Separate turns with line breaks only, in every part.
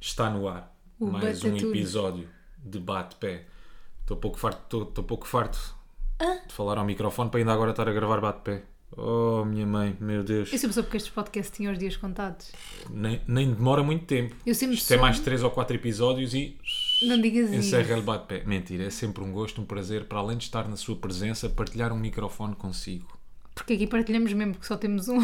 Está no ar
O
mais um
Batatudo.
episódio de Bate-Pé. Estou pouco farto, estou, estou pouco farto de falar ao microfone para ainda agora estar a gravar Bate-Pé. Oh, minha mãe, meu Deus.
Eu sempre soube que estes podcasts tinham os dias contados.
Nem, nem demora muito tempo.
Eu sempre
Isto é
soube.
mais 3 ou 4 episódios e
Não digas isso.
encerra o Bate-Pé. Mentira, é sempre um gosto, um prazer, para além de estar na sua presença, partilhar um microfone consigo.
Porque aqui partilhamos mesmo que só temos um.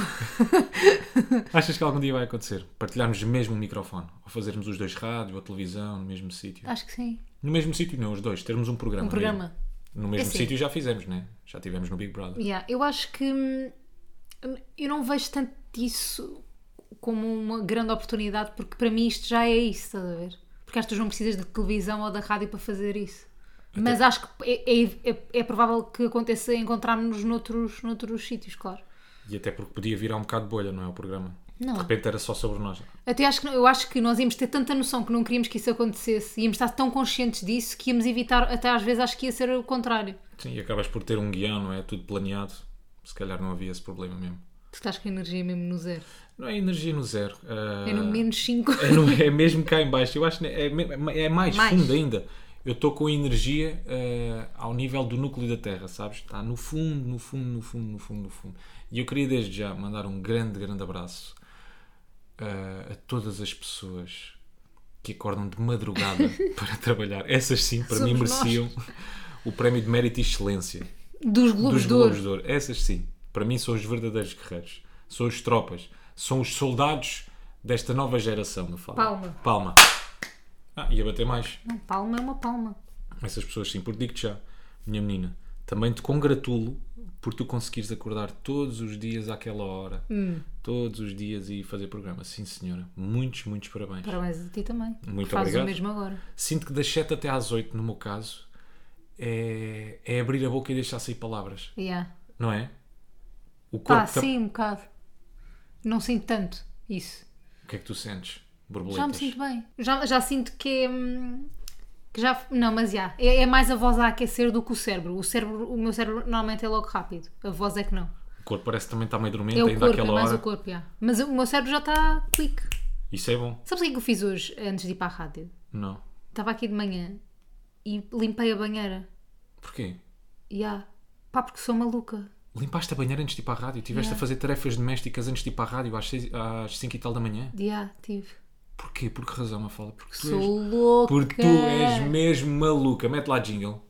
Achas que algum dia vai acontecer? Partilharmos mesmo um microfone? Ou fazermos os dois rádio ou televisão no mesmo sítio?
Acho que sim.
No mesmo sítio não, os dois. Termos um programa.
Ah. Um programa.
No mesmo
Assim.
sítio já fizemos, né? Já tivemos no Big Brother.
Yeah. Eu acho que hum, eu não vejo tanto isso como uma grande oportunidade, porque para mim isto já é isso, estás a ver? Porque acho que tu não precisas de televisão ou da rádio para fazer isso. Mas acho que é, é- é- é provável que aconteça encontrarmos-nos noutros, noutros sítios, claro.
E até porque podia virar um bocado de bolha, não é? O programa.
Não.
De repente era só sobre nós.
Até acho que eu acho que nós íamos ter tanta noção que não queríamos que isso acontecesse, íamos estar tão conscientes disso que íamos evitar, até às vezes acho que ia ser o contrário.
Sim, e acabas por ter um guião, não é? Tudo planeado. Se calhar não havia esse problema mesmo.
Tu estás com a energia é mesmo no zero.
Não é energia no zero. ah,
É no menos 5.
é no- é mesmo cá em baixo. Eu acho que é, me- é mais,
Mais.
fundo ainda. Eu estou com a energia ah, ao nível do núcleo da Terra, sabes? Está no fundo, no fundo, no fundo, no fundo, no fundo. E eu queria desde já mandar um grande, grande abraço ah, a todas as pessoas que acordam de madrugada para trabalhar. Essas sim, para mim,
Somos nós.
mereciam o prémio de mérito e excelência
Dos Globos
dos
de Ouro.
Globos de Ouro. Essas sim, para mim são os verdadeiros guerreiros, são os tropas, são os soldados desta nova geração. Não fala.
Palma.
Palma. Ah, ia bater mais.
Não, palma é uma palma.
Essas pessoas sim, porque digo-te já, minha menina, também te congratulo por tu conseguires acordar todos os dias àquela hora,
Hum.
todos os dias e fazer programa. Sim, senhora, muitos, muitos parabéns.
Parabéns a ti também.
Muito
Fazes
obrigado.
o mesmo agora.
Sinto que das 7 até às 8, no meu caso, é, é abrir a boca e deixar sair palavras,
Yeah.
não é? O
Pá,
tam-
sim, um bocado. Não sinto tanto isso.
O que é que tu sentes?
Já me
Borboletas.
sinto bem. Já, já sinto que é. hum, Que já, não, mas já. É, é mais a voz a aquecer do que o cérebro. O cérebro. O meu cérebro normalmente é logo rápido. A voz é que não.
O corpo parece que também está meio dormente
É o
ainda
corpo, é
àquela
mais
hora.
o corpo, já. Mas o meu cérebro já está clique.
Isso é bom?
Sabes o que é que eu fiz hoje antes de ir para a rádio?
Não.
Estava aqui de manhã e limpei a banheira.
Porquê?
E ah, pá, porque sou maluca.
Limpaste a banheira antes de ir para a rádio? Tiveste a fazer tarefas domésticas antes de ir para a rádio às, seis, às 5 e tal da manhã?
E ah, tive.
Porquê? Por que razão, Mafalda? Porque tu, és...
Sou louca.
Porque tu és mesmo maluca. Mete lá jingle.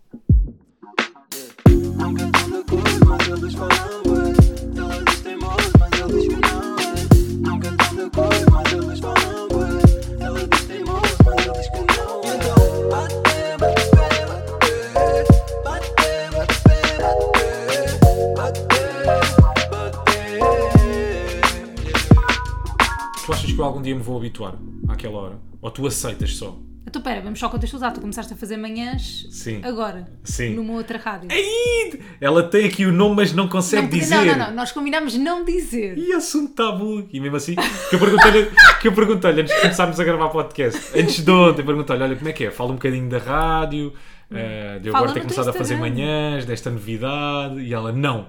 Nunca tanta coisa, mas eles falam bué. Eles têm moço, mas eles que não é. Nunca tanta coisa, mas eles falam bué. Eles têm moço, mas eles que não é. Então, bate, bate, bate, bate, bate, bate, bate, bate.
Tu achas que eu algum dia me vou habituar àquela hora? Ou tu aceitas só?
Então, pera, vamos só contextualizar. Tu começaste a fazer manhãs
Sim.
agora.
Sim.
Numa outra rádio.
Ih, Ela tem aqui o nome, mas não consegue
não, podia-
é dizer. Hum,
não, não, não. Nós combinámos não dizer.
E assunto tabu. E mesmo assim, que eu perguntei-lhe que eu perguntei-lhe antes de começarmos a gravar podcast, antes de ontem, eu perguntei-lhe: olha, como é que é? Fala um bocadinho da rádio, eh, de eu
Hum. Fala
agora ter
no teu
começado a fazer
Instagram.
manhãs, desta novidade. E ela: não,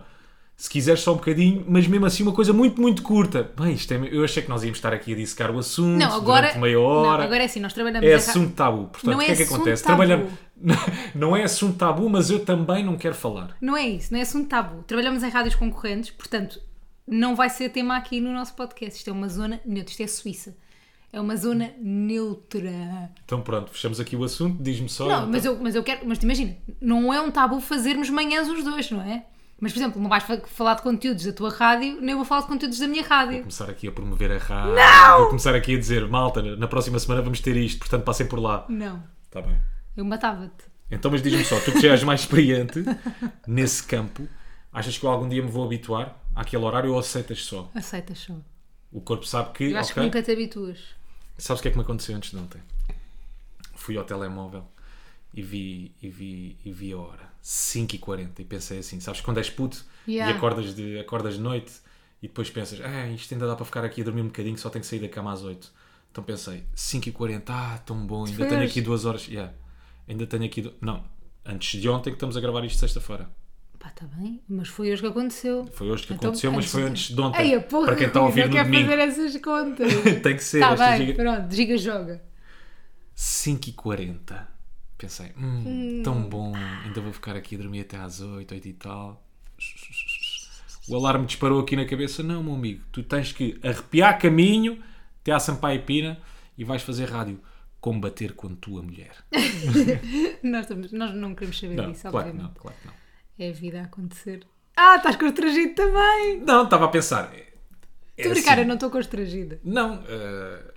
se quiseres só um bocadinho, mas mesmo assim, uma coisa muito, muito curta. Bem, isto é, eu achei que nós íamos estar aqui a dissecar o assunto
Não, agora.
durante meia hora.
Não, agora é assim, nós trabalhamos
É
a ra-
assunto tabu. Portanto,
Não
o que
é
é que
assunto
acontece?
tabu.
Trabalhamos. Não é assunto tabu, mas eu também não quero falar.
Não é isso, não é assunto tabu. Trabalhamos em rádios concorrentes, portanto, não vai ser tema aqui no nosso podcast. Isto é uma zona neutra, isto é Suíça. É uma zona neutra.
Então, pronto, fechamos aqui o assunto. Diz-me só.
Não, mas eu, mas eu quero, mas te imagina, não é um tabu fazermos manhãs os dois, não é? Mas, por exemplo, não vais fa- falar de conteúdos da tua rádio, nem eu vou falar de conteúdos da minha rádio.
começar aqui a promover a rádio. Não! Vou começar aqui a dizer, malta, na próxima semana vamos ter isto, portanto passem por lá.
Não,
Está bem.
eu matava-te.
Então, mas diz-me só, tu que já és mais experiente nesse campo, achas que eu algum dia me vou habituar àquele horário ou aceitas só?
Aceitas só.
O corpo sabe que.
Eu acho
ok.
que nunca te habituas.
Sabes o que é que me aconteceu antes de ontem? Fui ao telemóvel e vi, e vi, e vi a hora. 5h40 e pensei assim, sabes quando és puto e
Yeah.
acordas de, acordas de noite e depois pensas, ah, isto ainda dá para ficar aqui a dormir um bocadinho, só tenho que sair da cama às 8. Então pensei, 5h40, ah, tão bom, ainda tenho
Fez.
aqui duas horas. Yeah. Ainda tenho aqui. du- Não, antes de ontem que estamos a gravar isto sexta-feira.
Pá, está bem, mas foi hoje que aconteceu.
Foi hoje que
Então,
aconteceu, mas
antes
foi
de-
antes de ontem.
Ei, a porra,
para quem está a ouvir
não
no
quer
domingo.
fazer essas contas.
Tem que ser.
Está
esta
Tá bem,
giga-
pronto, giga joga.
5h40. Pensei, hum, tão bom, ainda vou ficar aqui a dormir até às 8, 8 e tal. O alarme disparou aqui na cabeça. Não, meu amigo, tu tens que arrepiar caminho até à Sampaio Pina e vais fazer rádio. Combater com a tua mulher.
Nós, estamos- nós não queremos saber
Não,
disso,
claro que
obviamente.
não, claro que não.
É a vida a acontecer. Ah, estás constrangido também!
Não, estava a pensar. é- é
Estou a brincar,
assim.
eu não estou constrangida.
Não, eh,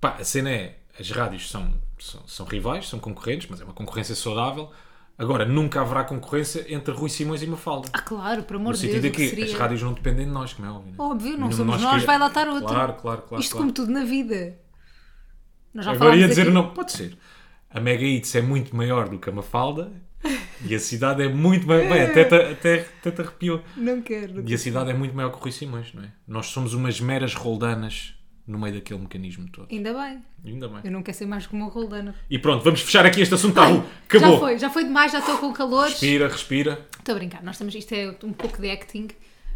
pá, a cena é, as rádios são, são, são rivais, são concorrentes, mas é uma concorrência saudável. Agora, nunca haverá concorrência entre Rui Simões e Mafalda.
Ah, claro, por amor
No
de Deus,
sentido
o que
aqui, as
seria?
rádios não dependem de nós, como é óbvio. né?
Óbvio, não
Nenhum de
somos nós,
quer-
vai lá estar outro.
Claro, claro, claro.
Isto
claro.
como tudo na vida. Nós já
Agora
falámos
ia dizer
aqui-
não, pode ser. A Mega Hits é muito maior do que a Mafalda e a cidade é muito maior. Bem, até, te- até, até te arrepiou.
Não quero.
E a cidade é muito maior que o Rui Simões, não é? Nós somos umas meras roldanas no meio daquele mecanismo todo.
Ainda bem.
Ainda bem.
Eu não quero ser mais como o Roldana.
E pronto, vamos fechar aqui este assunto. Tabu. Acabou.
Já foi, já foi demais, já estou com calor.
Respira, respira.
Estou a brincar, nós estamos, isto é um pouco de acting,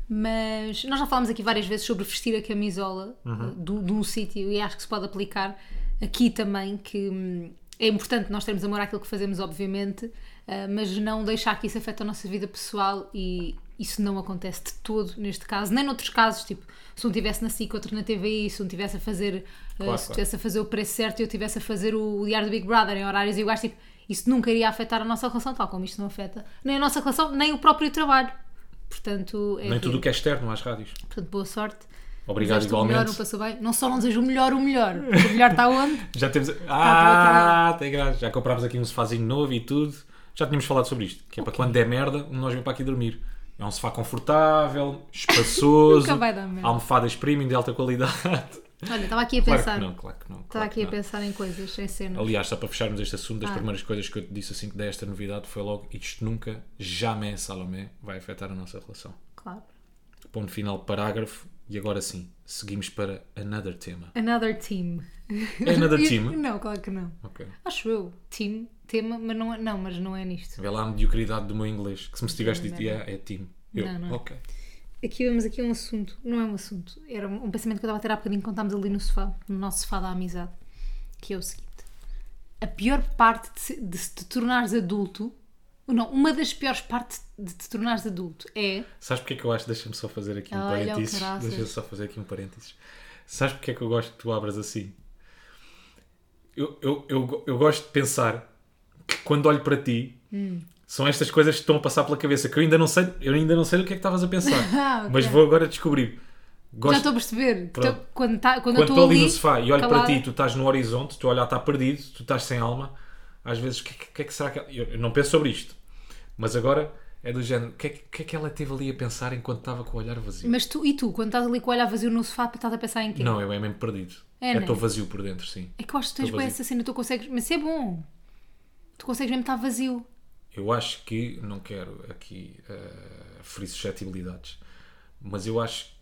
mas nós já falámos aqui várias vezes sobre vestir a camisola
Uhum.
eh, do- de um sítio e acho que se pode aplicar aqui também, que hum, é importante nós termos amor àquilo que fazemos, obviamente, eh, mas não deixar que isso afete a nossa vida pessoal e isso não acontece de todo neste caso, nem noutros casos, tipo, se um estivesse na SIC, outro na TVI, se um estivesse a fazer, eh,
Claro,
se
claro.
estivesse a fazer o preço certo e eu estivesse a fazer o, o diário do Big Brother em horários iguais, tipo, isso nunca iria afetar a nossa relação, tal como isto não afeta nem a nossa relação, nem o próprio trabalho. Portanto, é
Nem tudo o
aquilo.
que é externo às rádios.
Portanto, boa sorte.
Obrigado
Desejo-te o melhor, não
igualmente.
passou bem. Não só não desejo o melhor, o melhor. O melhor está onde?
Já temos.
tá
Ah, tem graça. Já comprámos aqui um sofazinho novo e tudo. Já tínhamos falado sobre isto. Que é para quando der merda, um de nós vem para aqui dormir. É um sofá confortável, espaçoso,
Nunca vai dar merda.
almofadas premium de alta qualidade.
Olha, estava aqui a
Claro
pensar.
que não, claro que não.
Estava
claro que
aqui a
não.
pensar em coisas, em cenas.
Aliás, só para fecharmos este assunto, das
Ah.
primeiras coisas que eu te disse assim que dei esta novidade foi logo: isto nunca, jamais, Salomé, vai afetar a nossa relação.
Claro.
Ponto final, parágrafo. E agora sim, seguimos para another tema.
Another team.
É another
Eu-
team?
Não, claro que não.
Ok.
Acho eu. Team, tema, mas não, é- não, mas não é nisto.
Vê lá a mediocridade do meu inglês, que se me tiveste dito, yeah, é team. Eu,
Não, não.
ok.
Aqui vemos aqui um assunto, não é um assunto, era um um pensamento que eu estava a ter há bocadinho quando estávamos ali no sofá, no nosso sofá da amizade, que é o seguinte: a pior parte de, se- de se te tornares adulto, ou não, uma das piores partes de te tornares adulto é.
Sabes porque é que eu acho? Deixa-me só fazer aqui um
Olha, oh, o
parênteses.
caraças.
Deixa-me só fazer aqui um parênteses. Sabes porque é que eu gosto que tu abras assim? Eu, eu, eu, go- eu gosto de pensar que quando olho para ti,
Hum.
são estas coisas que estão a passar pela cabeça, que eu ainda não sei, eu ainda não sei do que é que estavas a pensar.
Ah, ok.
Mas vou agora descobrir.
Já
Gosto
estou a perceber, que
Pronto.
tô- quando, tá- quando eu
Quando estou
estou
ali,
ali.
no sofá e olho
calada-
para ti, tu estás no horizonte, tu olhar está perdido, tu estás sem alma, às vezes, o que, que- que é que será que ela... Eu eu não penso sobre isto, mas agora é do género, o que, é que- o que é que ela teve ali a pensar enquanto estava com o olhar vazio?
Mas tu, e tu, quando estás ali com o olho vazio no sofá, estás a pensar em quê?
Não, eu é mesmo perdido.
É,
É,
né?
estou vazio por dentro, sim.
É que eu acho que tens
Estou
bem
vazio.
essa cena, tu consegues. Mas isso é bom. Tu consegues mesmo estar vazio.
Eu acho que, não quero aqui eh, ferir suscetibilidades, mas eu acho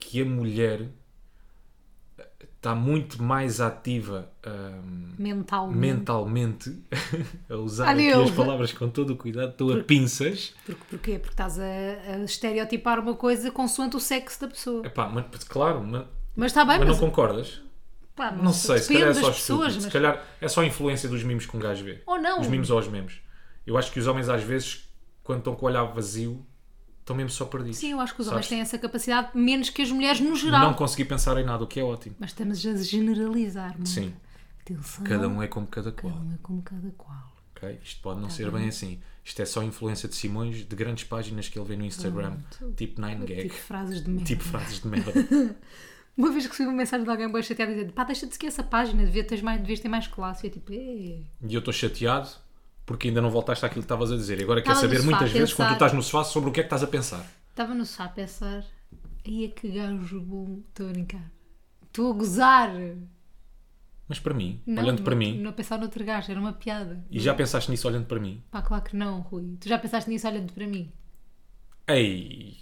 que a mulher eh, está muito mais ativa... ah,
Mentalmente.
mentalmente a usar
Olha
aqui
eu.
as palavras com todo o cuidado, estou a pinças.
Porque, porquê? Porque estás a, a estereotipar uma coisa consoante o sexo da pessoa.
Epá, mas, mas claro, mas,
Mas está bem,
mas não
Ah, mas,
concordas?
pá,
Não sei, se calhar é
depende
só
das
pessoas,
pessoas,
se
mas
calhar é só a influência dos mimos que um gajo vê.
Ou não.
Os mimos ou os memes. Eu acho que os homens às vezes, quando estão com o olhar vazio, estão mesmo só perdidos.
sim, eu acho que os
Sabes?
homens têm essa capacidade menos que as mulheres no geral.
Não consegui pensar em nada, o que é ótimo.
Mas estamos a generalizar, não é?
Sim,
Atenção,
cada um é como cada qual.
não é como cada qual.
ok? Isto pode não
um.
ser bem assim. Isto é só a influência de Simões, de grandes páginas que ele vê no Instagram, tipo 9gag,
Ah, Tipo frases de merda.
tipo frases de merda.
Uma vez recebi uma mensagem de alguém bem chateada dizendo pá, deixa de seguir essa página, devia ter mais, devias ter mais classe. E eu tipo, "Eh."
E eu estou chateado porque ainda não voltaste àquilo que estavas a dizer. E agora quero
Estava no
saber
sofá
muitas
a
vezes, quando tu
pensar.
estás no sofá, sobre o que é que estás a pensar.
Estava no sofá a pensar, aí é que gajo bom, estou a brincar. Estou a gozar.
Mas para mim,
Não,
olhando para
não-
mim,
Não a pensar noutro gajo, era uma piada.
e já pensaste nisso olhando para mim,
Pá, claro que não, Rui. Tu já pensaste nisso olhando para mim?
ei,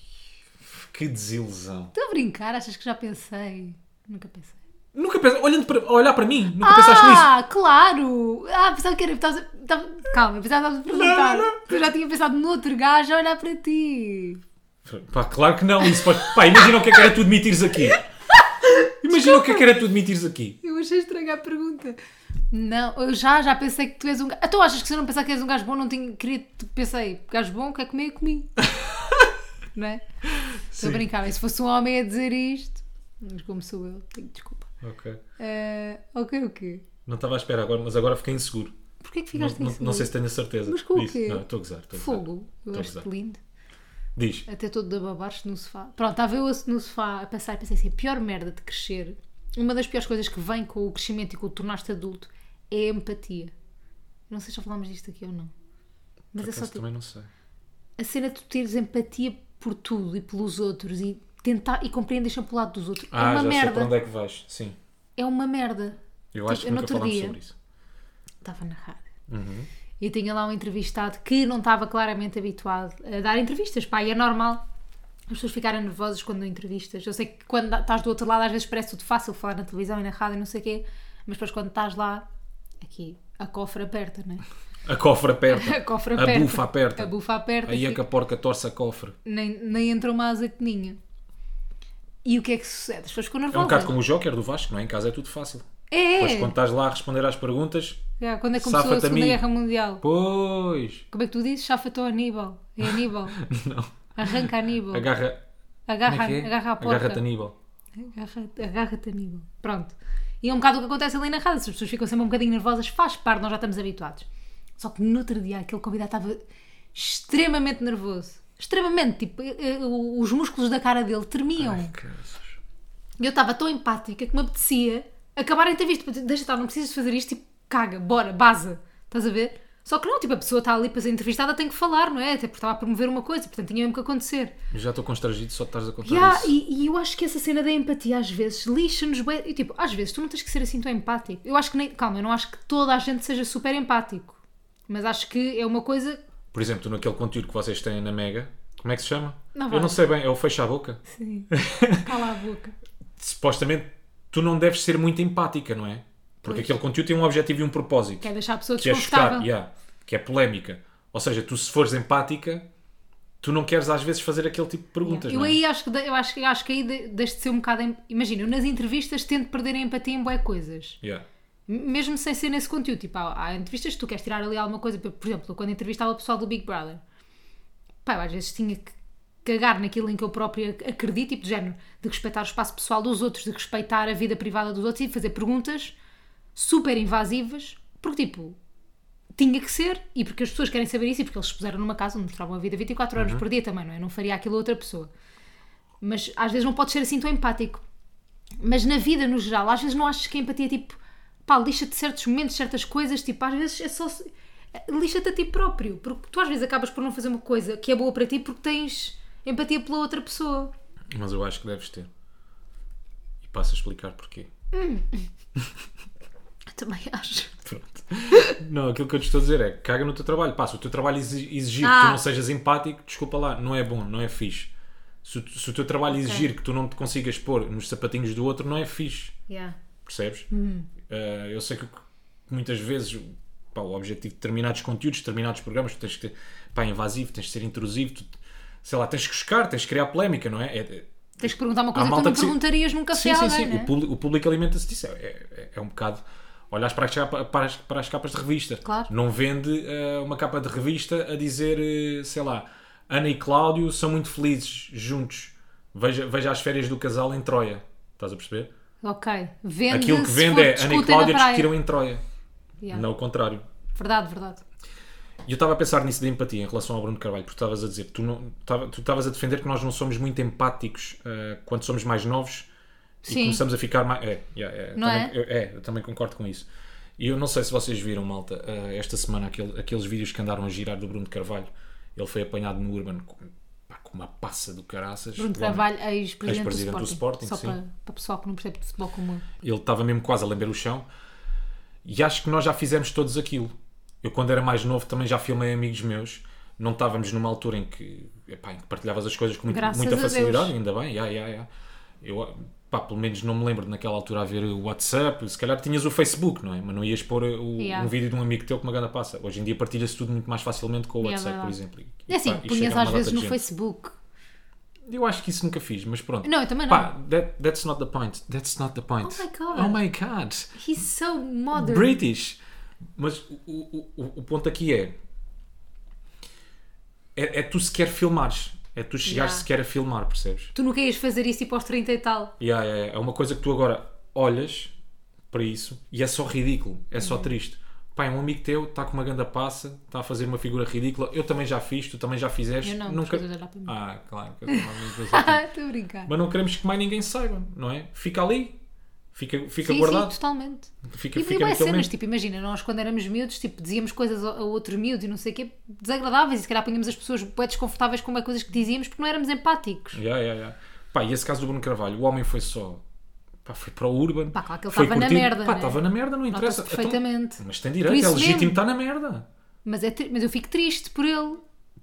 que desilusão.
Estou a brincar, achas que já pensei? Nunca pensei.
Nunca pensaste, olhando para, a olhar para mim, nunca pensaste nisso.
ah, claro! Ah, pensava que era. Pensava, estava- calma, pensava que estavas a perguntar. Eu já tinha pensado no outro gajo a olhar para ti.
Pá, claro que não, isso pode... Pá, imagina o que é que era tu admitires aqui. Imagina o que é que era tu admitires aqui.
Eu achei estranha a pergunta. Não, eu já, já pensei que tu és um gajo. Ah, tu achas que se eu não pensar que és um gajo bom, não tinha. Queria, pensei, gajo bom, quer comer, eu comi. não é?
Sim.
Estou a brincar, mas se fosse um homem a dizer isto. Mas como sou eu, tenho desculpa.
Ok.
Ah, ok, o quê?
Não estava à espera agora, mas agora fiquei inseguro.
Porquê que
Não,
ficaste
não-
nisso?
não sei se tenho a certeza.
Mas com o
disso.
quê?
Não, estou a gozar. estou a gozar.
Fogo, eu
Estou a
acho-te
gozar.
lindo.
Diz.
Até todo de ababar-se no sofá. Pronto, estava eu no sofá a pensar, pensei assim, a pior merda de crescer, uma das piores coisas que vem com o crescimento e com o tornar-te adulto é a empatia. Não sei se já falámos disto aqui ou não. Mas
Por
é só
acaso
tipo,
também não sei.
a cena de tu teres empatia por tudo e pelos outros e tentar e compreender sempre o lado dos outros. é
Ah,
uma
já sei para
merda.
onde é que vais. Sim.
É uma merda.
Eu
Tipo,
acho que
no
nunca
outro
falámos
dia-
sobre isso.
Estava na rádio.
Uhum.
E tinha lá um entrevistado que não estava claramente habituado a dar entrevistas, pá, e é normal as pessoas ficarem nervosas quando dão entrevistas. Eu sei que quando estás do outro lado às vezes parece tudo fácil falar na televisão e na rádio e não sei o quê, mas depois quando estás lá, aqui, a cofre aperta, não é?
A cofre aperta.
A cofre aperta.
bufa aperta.
A bufa aperta.
Aí é
fica-
que a porca torce a cofre. É
nem, nem entrou uma azeitoninha. E o que é que sucede? As pessoas ficam
É um
nervosas.
bocado como o Joker do Vasco, não é? Em casa é tudo fácil.
É,
Depois
é.
quando estás lá a responder às perguntas,
Já, quando é que começou a
Safa-te a
Segunda
mim.
Guerra Mundial?
pois.
Como é que tu dizes? Chafatou Aníbal. É Aníbal.
Não.
Arranca Aníbal.
Agarra.
Agarra,
como é que é?
agarra a porta.
Agarra-te Aníbal.
Agarra-te, agarra-te Aníbal. Pronto. E é um bocado o que acontece ali na rádio. As pessoas ficam sempre um bocadinho nervosas. Faz parte, nós já estamos habituados. Só que no outro dia aquele convidado estava extremamente nervoso. Extremamente. Tipo, eh, eh, os músculos da cara dele tremiam.
Ai, caraças.
E eu estava tão empática que me apetecia acabar a entrevista. Tipo, Deixa estar, não precisas fazer isto. Tipo, caga, bora, baza. Estás a ver? Só que não, tipo, a pessoa está ali para ser entrevistada, tem que falar, não é? Até porque estava a promover uma coisa, portanto tinha mesmo que acontecer.
Eu já estou constrangido só de estás a contar
Yeah,
isso.
e, e eu acho que essa cena da empatia às vezes lixa-nos bué. E tipo, às vezes tu não tens que ser assim tão empático. Eu acho que nem. Calma, eu não acho que toda a gente seja super empático. Mas acho que é uma coisa.
Por exemplo, naquele conteúdo que vocês têm na Mega, como é que se chama?
Não vai.
Eu não sei bem, é o fecha a boca.
Sim. Cala a boca.
Supostamente tu não deves ser muito empática, não é? Porque
Pois.
aquele conteúdo tem um objetivo e um propósito.
Quer deixar a pessoa
que é chocar,
desconfortável.
yeah, que é polémica. Ou seja, tu se fores empática, tu não queres às vezes fazer aquele tipo de perguntas,
Eu
não é?
aí acho que, de- eu acho, que- eu acho que aí de- deixo de ser um bocado. em- Imagina, eu nas entrevistas tento perder a empatia em bué coisas.
Yeah.
M- Mesmo sem ser nesse conteúdo. Tipo, há, há entrevistas que tu queres tirar ali alguma coisa. Por por exemplo, eu quando entrevistava o pessoal do Big Brother, pá, eu às vezes tinha que cagar naquilo em que eu própria ac- acredito, tipo de género, de respeitar o espaço pessoal dos outros, de respeitar a vida privada dos outros e fazer perguntas super invasivas, porque tipo. Tinha que ser, e porque as pessoas querem saber isso, e porque eles se puseram numa casa onde mostravam a vida 24 horas por dia também, não é? Não faria aquilo a outra pessoa. Mas às vezes não podes ser assim tão empático. Mas na vida, no geral, às vezes não achas que a empatia é tipo, pá, lixa-te certos momentos, certas coisas, tipo, às vezes é só. lixa-te a ti próprio, porque tu às vezes acabas por não fazer uma coisa que é boa para ti porque tens empatia pela outra pessoa.
Mas eu acho que deves ter. E passo a explicar porquê.
Eu também acho.
Pronto. Não, aquilo que eu te estou a dizer é caga no teu trabalho. Passa, o teu trabalho exi- exigir que
Ah.
tu não sejas empático, desculpa lá, não é bom, não é fixe. Se, o- se o teu trabalho exigir que tu não te consigas pôr nos sapatinhos do outro, não é fixe.
Yeah.
Percebes?
Hum.
Eh, eu sei que muitas vezes pá, o objetivo de determinados conteúdos, determinados programas, tu tens que ter pá, é invasivo, tens de ser intrusivo, tu- sei lá, tens que buscar, tens de criar polémica, não é? É- é-
Tens que perguntar uma
Há
coisa que tu
malta
não
que se-
perguntarias num café
sim,
a
sim,
alguém,
sim.
né?
O público, o público alimenta-se disso. É, é- é um bocado. Olhas para as, capa- para as- para as capas de revista.
Claro.
Não vende eh, uma capa de revista a dizer, eh, sei lá, Ana e Cláudio são muito felizes juntos. Veja, veja as férias do casal em Troia. Estás a perceber?
Ok. Vende
Aquilo que
se
vende
for,
é Ana e
discutem
Cláudia
na praia.
discutiram em Troia.
Yeah.
Não o contrário.
Verdade, verdade.
E eu estava a pensar nisso da empatia em relação ao Bruno Carvalho, porque tu estavas a dizer, tu não- tava- tu estavas a defender que nós não somos muito empáticos eh, quando somos mais novos e
Sim.
começamos a ficar mais. É, yeah, é,
Não
também,
é?
Eu, é, eu também concordo com isso. E eu não sei se vocês viram, malta, eh, esta semana aquele- aqueles vídeos que andaram a girar do Bruno Carvalho. Ele foi apanhado no Urban com, pá, com uma passa do caraças.
Bruno
O homem-
Carvalho, ex-presidente do
Ex-presidente
Sporting.
do Sporting,
Só
sim.
para, para pessoal que não percebe de futebol como eu.
Ele estava mesmo quase a lamber o chão. E acho que nós já fizemos todos aquilo. Eu, quando era mais novo, também já filmei amigos meus. Não estávamos numa altura em que, epá, em que partilhavas as coisas com muito-
Graças
muita
a Deus.
facilidade, ainda bem. Ya, ya, ya. Eu, pá, pelo menos não me lembro de naquela altura haver o WhatsApp. Se calhar tinhas o Facebook, não é? Mas não ias pôr o-
Ya.
um vídeo de um amigo teu que uma gana passa. Hoje em dia partilha-se tudo muito mais facilmente com o
Ya,
WhatsApp, por
verdade.
exemplo. E,
É assim,
pá, e chega
punhas
a uma
às
data
vezes
de
no
gente.
Facebook.
Eu acho que isso nunca fiz, mas pronto.
Não, eu também não.
Pá, that, that's not the point. That's not the point.
Oh my God.
Oh my God.
He's so modern.
British. Mas o, o, o, o ponto aqui é, é. É tu sequer filmares. É tu chegares
Yeah.
sequer a filmar, percebes?
Tu nunca ias fazer isso tipo aos 30 e tal.
Yeah, yeah, yeah. É uma coisa que tu agora olhas para isso e é só ridículo, é só
Uhum.
triste. Pai, um amigo teu está com uma ganda passa, está a fazer uma figura ridícula. Eu também já fiz, tu também já fizeste.
Eu não,
nunca...
porque eu olhar para mim.
Ah, claro, que eu sou uma pessoa assim.
Ah, estou a brincar.
Mas não queremos que mais ninguém saiba, não é? Fica ali, fica, fica
Sim,
guardado,
sim, totalmente.
fica,
E
fica
foi
no
mais
teu
cenas,
mente.
tipo, imagina, nós quando éramos miúdos, tipo, dizíamos coisas a a outros miúdos e não sei o quê, desagradáveis, e se calhar punhamos as pessoas bem desconfortáveis com bem coisas que dizíamos porque não éramos empáticos.
Yeah, yeah, yeah. Pá, e esse caso do Bruno Carvalho, o homem foi só. Pá, foi para o Urban.
Pá, claro que ele
foi
estava na
curtido.
merda,
Pá,
né?
estava na merda, não
Nota-se
interessa. Então,
perfeitamente.
mas tem direito,
isso
é legítimo
mesmo.
estar na merda.
Mas, é tri- mas eu fico triste por ele.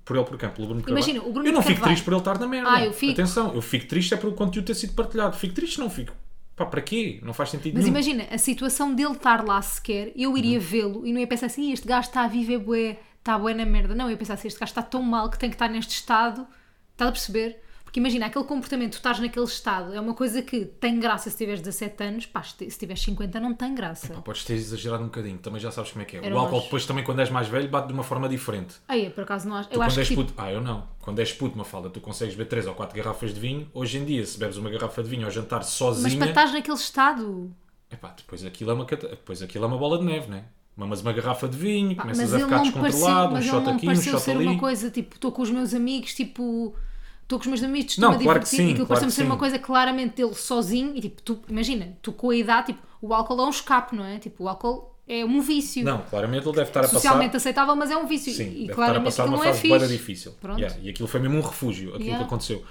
Por ele, por exemplo, o Bruno Carvalho.
Imagina, o Bruno
eu não fico
Carvalho-
triste por ele estar na merda.
Ah, eu fico.
Atenção, eu fico triste é pelo conteúdo ter sido partilhado. Fico triste, não fico. Pá, para quê? Não faz sentido
Mas
nenhum.
imagina, a situação dele estar lá sequer, eu iria
Uhum.
vê-lo e não ia pensar assim, "Ih, este gajo está a viver bué, está bué na merda. Não, eu ia pensar assim, este gajo está tão mal que tem que estar neste estado. Estás a perceber? Porque imagina, aquele comportamento, tu estás naquele estado, é uma coisa que tem graça se tiveres 17 anos, pá, se ti- se tiveres 50 não tem graça.
Pá, podes ter exagerado um bocadinho, também já sabes como é que é.
Era
o álcool
nós.
depois também, quando és mais velho, bate de uma forma diferente.
Aí, por acaso não acho.
Tu
Eu
quando
acho que
és
tipo,
puto, ah, eu não. Quando és puto, uma falda, tu consegues beber 3 ou 4 garrafas de vinho. Hoje em dia, se bebes uma garrafa de vinho ao jantar
mas
sozinha,
para estás naquele estado.
epá, depois, aquilo é uma, cata- depois aquilo é uma bola de neve, né? Mamas uma garrafa de vinho,
Pá,
começas a ficar descontrolado, um
mas ele
shot
não me
aqui, um
pareceu
shot
ser
ali.
uma coisa tipo, estou com os meus amigos, tipo, estou com os meus amigos,
Não,
estou a
claro que
divertir.
sim,
Aquilo
claro
pareceu-me
que
ser uma
sim.
coisa claramente dele sozinho e tipo, tu, imagina, tu com a idade, tipo, o álcool é um escape, não é? Tipo, o álcool é um vício.
Não, claramente ele deve estar a passar.
Socialmente aceitável, mas é um vício.
Sim,
e
deve estar a
claramente
passar
aquilo
uma
não é
fase bué da
fixe.
difícil.
Pronto.
Yeah, E aquilo foi mesmo um refúgio, aquilo
Yeah.
que aconteceu.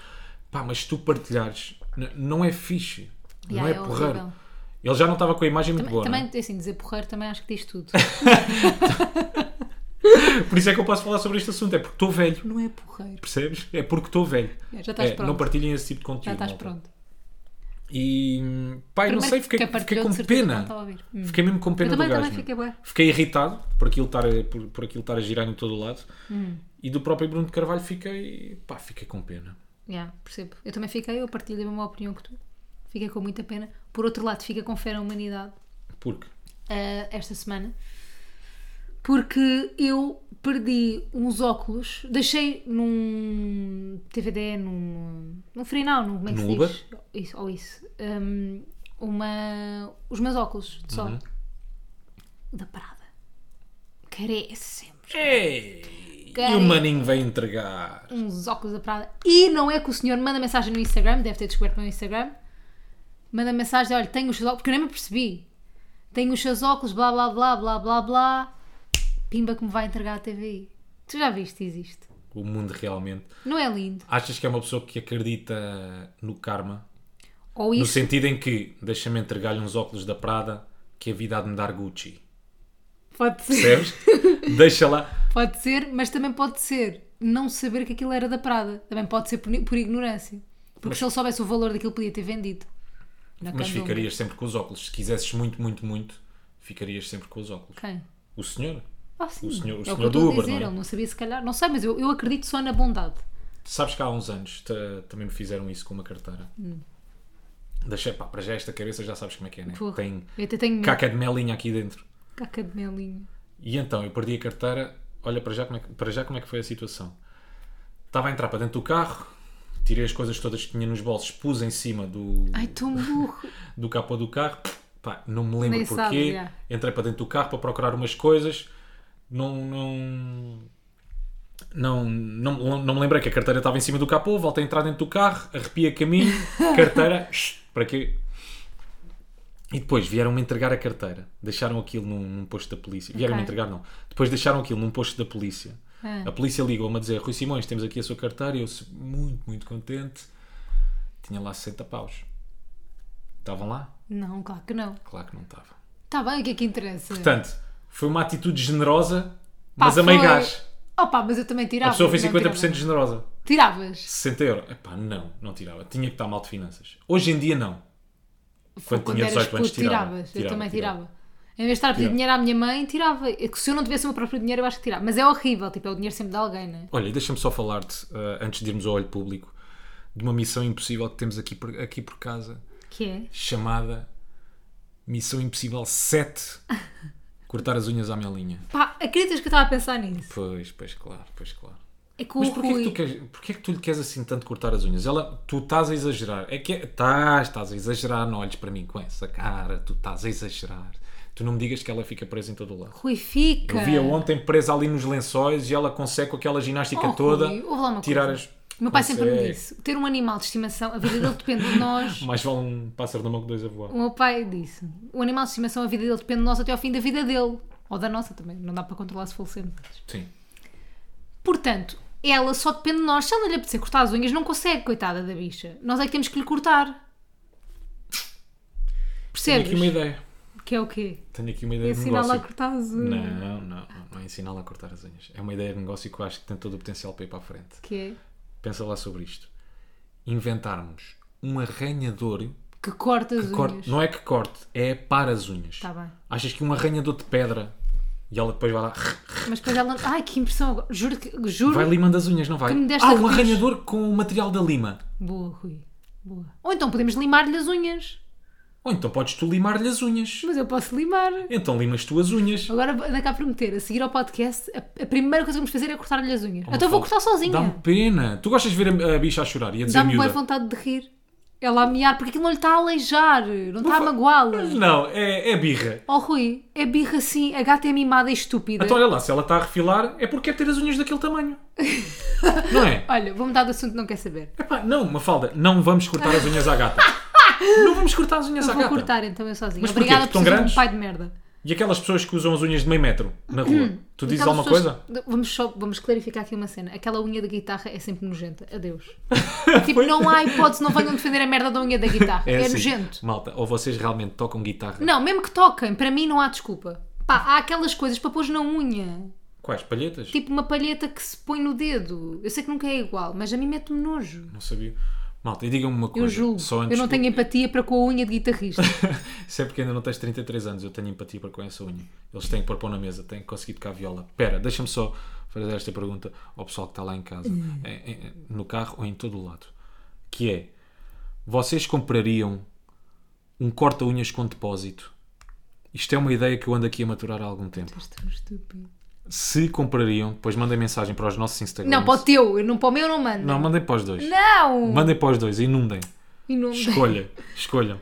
Pá, mas tu partilhares, n- não é fixe,
Yeah,
não é,
é horrível.
porreiro. Ele já não estava com a imagem muito boa,
também,
não
assim, dizer porreiro também acho que diz tudo.
é? Por isso é que eu posso falar sobre este assunto, é porque estou velho.
não é porreiro.
Percebes? É porque estou velho.
É, já estás
É,
pronto.
Não partilhem esse tipo de conteúdo.
Já estás
malta.
pronto.
E pai, não
Primeiro
sei, fiquei, fiquei
quem partilhou,
com
de certeza que não
pena.
estava a ouvir. Hum.
Fiquei mesmo com pena
Eu também-
do gajo.
também
meu.
fiquei bué.
irritado por aquilo estar a, por, por aquilo estar a girar em todo o lado.
Hum.
E do próprio Bruno de Carvalho fiquei, pá, fiquei com pena.
Yeah, percebo. Eu também fiquei, eu partilho da mesma opinião que tu. Fiquei com muita pena. Por outro lado, fica com fé na humanidade
Porque
ah, esta semana. Porque eu perdi uns óculos, deixei num TVD, num, num Freenow, num como é que
Num
se
Uber?
diz? Isso, ou isso. Hum, uma, os meus óculos de sol.
Uhum.
Da parada. é Carecem.
Ei! E
Cara-
o maninho vai entregar.
uns óculos da Prada. E não é que o senhor manda mensagem no Instagram, deve ter descoberto o meu Instagram. Manda mensagem, olha, tenho os seus óculos, porque eu nem me percebi. Tenho os seus óculos, blá blá blá blá blá blá. Pimba que me vai entregar a TVI. Tu já viste existe.
O mundo realmente.
Não é lindo?
Achas que é uma pessoa que acredita no karma? No
Ou isso
sentido em que deixa-me entregar-lhe uns óculos da Prada que a vida há de me dar Gucci.
pode ser,
Percebes? Deixa lá.
pode ser, mas também pode ser não saber que aquilo era da Prada. Também pode ser por, por ignorância. Porque se ele soubesse o valor daquilo, podia ter vendido. Na
Mas
Candonga.
ficarias sempre com os óculos. Se quisesses muito, muito, muito, ficarias sempre com os óculos.
Quem?
O senhor?
Ah, sim.
O senhor- o
É que
senhor
eu estou
do
a
Uber,
dizer,
não é?
Ele não sabia, se calhar. Não sei, mas eu, eu acredito só na bondade.
Sabes que há uns anos ta- também me fizeram isso com uma carteira. Deixei, pá, para já esta cabeça já sabes como é que é, né?
Porra,
Tem
eu até tenho medo.
caca de melinha aqui dentro.
Caca de melinho.
E então, eu perdi a carteira. Olha, para já como é que, para já como é que foi a situação. Estava a entrar para dentro do carro, tirei as coisas todas que tinha nos bolsos, pus em cima do,
Ai, tão burro.
do capô do carro. Pá, não me lembro
Nem
porquê.
sabe, já.
Entrei para dentro do carro para procurar umas coisas. Não, não, não, não, não me lembrei que a carteira estava em cima do capô. Voltei a entrar dentro do carro, arrepia caminho, carteira, para quê? E depois vieram-me entregar a carteira. Deixaram aquilo num, num posto da polícia. Vieram-me
Ok.
entregar, não. Depois deixaram aquilo num posto da polícia.
Ah.
A polícia ligou-me a dizer: Rui Simões, temos aqui a sua carteira. E eu, se- muito, muito contente, tinha lá 60 paus. Estavam lá?
Não, claro que não.
Claro que não estava.
Está bem, o que é que interessa?
Portanto, foi uma atitude generosa,
Pá,
mas a meio
foi.
gás.
Opa, mas eu também
A
tirava.
pessoa foi
não
50%
tirava.
generosa.
Tiravas.
60 euros. Epá, não, não tirava. Tinha que estar mal de finanças. Hoje em dia, não. Quando tinha 18 anos, tirava.
tiravas. eu
Tirava,
também
tirava.
tirava. Em vez de estar a pedir
Tirava.
dinheiro à minha mãe, tirava. É que Se eu não tivesse o meu próprio dinheiro, eu acho que tirava. Mas é horrível, tipo, é o dinheiro sempre de alguém, não é?
Olha, e deixa-me só falar-te, eh, antes de irmos ao olho público, de uma missão impossível que temos aqui por, aqui por casa,
Que é?
chamada Missão Impossível 7: Cortar as unhas à melinha.
Pá, acreditas que eu estava a pensar nisso?
Pois, pois, claro, pois, claro.
É que o
Mas porquê,
Rui...
que tu, queres, porquê que tu lhe queres assim tanto cortar as unhas? Ela, tu estás a exagerar. É que é- estás, estás a exagerar. Não olhes para mim com essa cara. Tu estás a exagerar. Tu não me digas que ela fica presa em todo o lado.
Rui fica.
Eu vi-a ontem presa ali nos lençóis e ela consegue com aquela ginástica
Oh,
toda
Rui, ouve lá uma
tirar
coisa.
as.
O meu pai sempre me
Consegue.
disse: ter um animal de estimação, a vida dele depende de nós.
Mais vale um pássaro na mão que dois a voar.
O meu pai disse: o animal de estimação, a vida dele depende de nós até ao fim da vida dele. Ou da nossa também, não dá para controlar se falecemos.
Sim.
Portanto, ela só depende de nós. Se ela lhe apetecer cortar as unhas, não consegue, coitada da bicha. Nós é que temos que lhe cortar.
Tenho aqui uma
Percebes?
ideia.
Que é o quê?
Tenho aqui uma ideia de
Ensiná-la a
negócio.
cortar as unhas.
Não, não, não é ensiná-la a cortar as unhas. É uma ideia de negócio que eu acho que tem todo o potencial para ir para a frente.
Que, é
Pensa lá sobre isto. Inventarmos um arranhador
que corta as
que
unhas.
corte, não é que corte, é para as unhas.
Tá bem.
Achas que um arranhador de pedra e ela depois vai lá,
Mas depois ela. Ai, que impressão agora. Juro que. Juro
vai limando as unhas, não vai?
Que me deste
ah, um
arrepios.
arranhador com o material da lima.
Boa, Rui. Boa. Ou então podemos limar-lhe as unhas.
Ou então podes tu limar-lhe as unhas.
Mas eu posso limar.
Então limas tu as unhas.
Agora anda cá a prometer, a seguir ao podcast, a, a primeira coisa que vamos fazer é cortar-lhe as unhas.
Oh,
então eu vou
Mafalda,
cortar sozinha.
Dá-me pena. Tu gostas de ver a, a bicha a chorar e a dizer
Dá-me boa
miúda.
vontade de rir. Ela a miar, porque aquilo não lhe está a aleijar, não está a
fa-
magoá-la.
Não, é, é birra.
Oh Rui, é birra assim, a gata é mimada e estúpida.
Então olha lá, se ela está a refilar é porque é ter as unhas daquele tamanho. não é?
Olha, vou mudar de assunto, não quer saber.
Epá, não, Mafalda, não vamos cortar as unhas à gata. não vamos cortar as unhas
Eu
à
vou
gata.
cortar então eu sozinha.
Mas porquê?
Obrigada
Porque estão
por ser um
grandes?
pai de merda.
E aquelas pessoas que usam as unhas de meio metro na rua, tu dizes
Hum. Aquelas
alguma
Então pessoas-
coisa?
Vamos, só, vamos clarificar aqui uma cena. Aquela unha da guitarra é sempre nojenta. Adeus. tipo, não há hipótese, não venham defender a merda da unha da guitarra. É,
assim,
nojento.
Malta, ou vocês realmente tocam guitarra?
Não, mesmo que toquem, para mim não há desculpa. Pá, há aquelas coisas para pôr na unha.
Quais? Palhetas?
Tipo uma palheta que se põe no dedo. Eu sei que nunca é igual, mas a mim mete-me nojo.
Não sabia. Malta, e digam-me uma
Eu
coisa.
julgo.
Só
Eu
antes
não
de-
tenho empatia para com a unha de guitarrista.
Se é porque ainda não tens 33 anos, eu tenho empatia para com essa unha. Eles têm que pôr pão na mesa, têm que conseguir tocar viola. Pera, deixa-me só fazer esta pergunta ao pessoal que está lá em casa, em- em- no carro ou em todo o lado. Que é, vocês comprariam um corta-unhas com depósito? Isto é uma ideia que eu ando aqui a maturar há algum tempo.
Mas tão estúpido.
Se comprariam, depois mandem mensagem para os nossos Instagrams.
Não, para o teu, eu não, para o meu não mando.
Não, mandem para os dois.
Não!
Mandem para os dois, inundem.
E não
Escolha, escolham.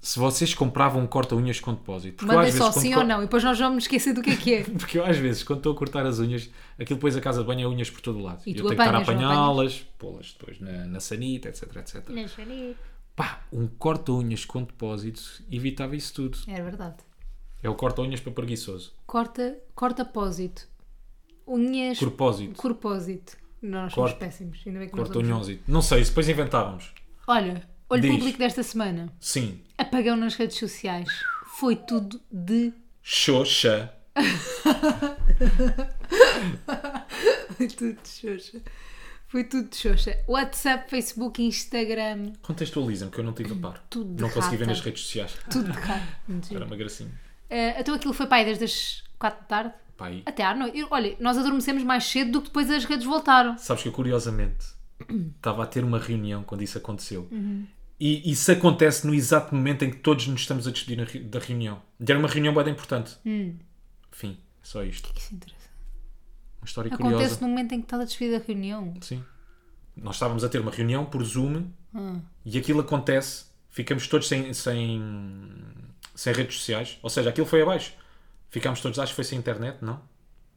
Se vocês compravam um corta-unhas com depósito. porque eu
Mandem
às
só
vezes
sim
quando
ou não, e depois nós vamos esquecer do que é que é.
co- Porque eu às vezes, quando estou a cortar as unhas, aquilo depois a casa de banho é unhas por todo o lado.
E
eu
tu
tenho que estar a
apanhas, não
apanhá-las, pô-las depois na, na sanita, etc, etc. Pá, um corta-unhas com depósito evitava isso tudo.
É verdade.
É o corta-unhas para preguiçoso.
Corta, corta pósito. Unhas.
Corpósito.
Corpósito. Não, nós somos
Corta-
péssimos. Ainda bem que nós somos.
Corta-unhósito. Não sei, se depois inventávamos.
Olha, olho
Diz.
público desta semana.
Sim.
Apagão nas redes sociais. Foi tudo de.
Xoxa.
Foi tudo de xoxa. Foi tudo de xoxa. WhatsApp, Facebook, Instagram.
Contextualiza-me, que eu não tive a par.
Tudo de
não consegui ver
rata.
nas redes sociais.
Tudo de raro. Muito giro.
Era uma gracinha.
Eh, então aquilo foi para aí desde as 4 da tarde
Pá, aí.
até à noite. Eu- olha, nós adormecemos mais cedo do que depois as redes voltaram.
Sabes que eu, curiosamente, estava a ter uma reunião quando isso aconteceu. E isso acontece no exato momento em que todos nos estamos a despedir na reu- da reunião. E era uma reunião bem importante. Enfim, só isto.
Que isso é interessa.
Uma história
Acontece
curiosa.
no momento em que estás a despedir da reunião.
Sim. Nós estávamos a ter uma reunião por Zoom e aquilo acontece. Ficamos todos sem, sem, sem redes sociais. Ou seja, aquilo foi abaixo. Ficámos todos, acho que foi sem internet, não?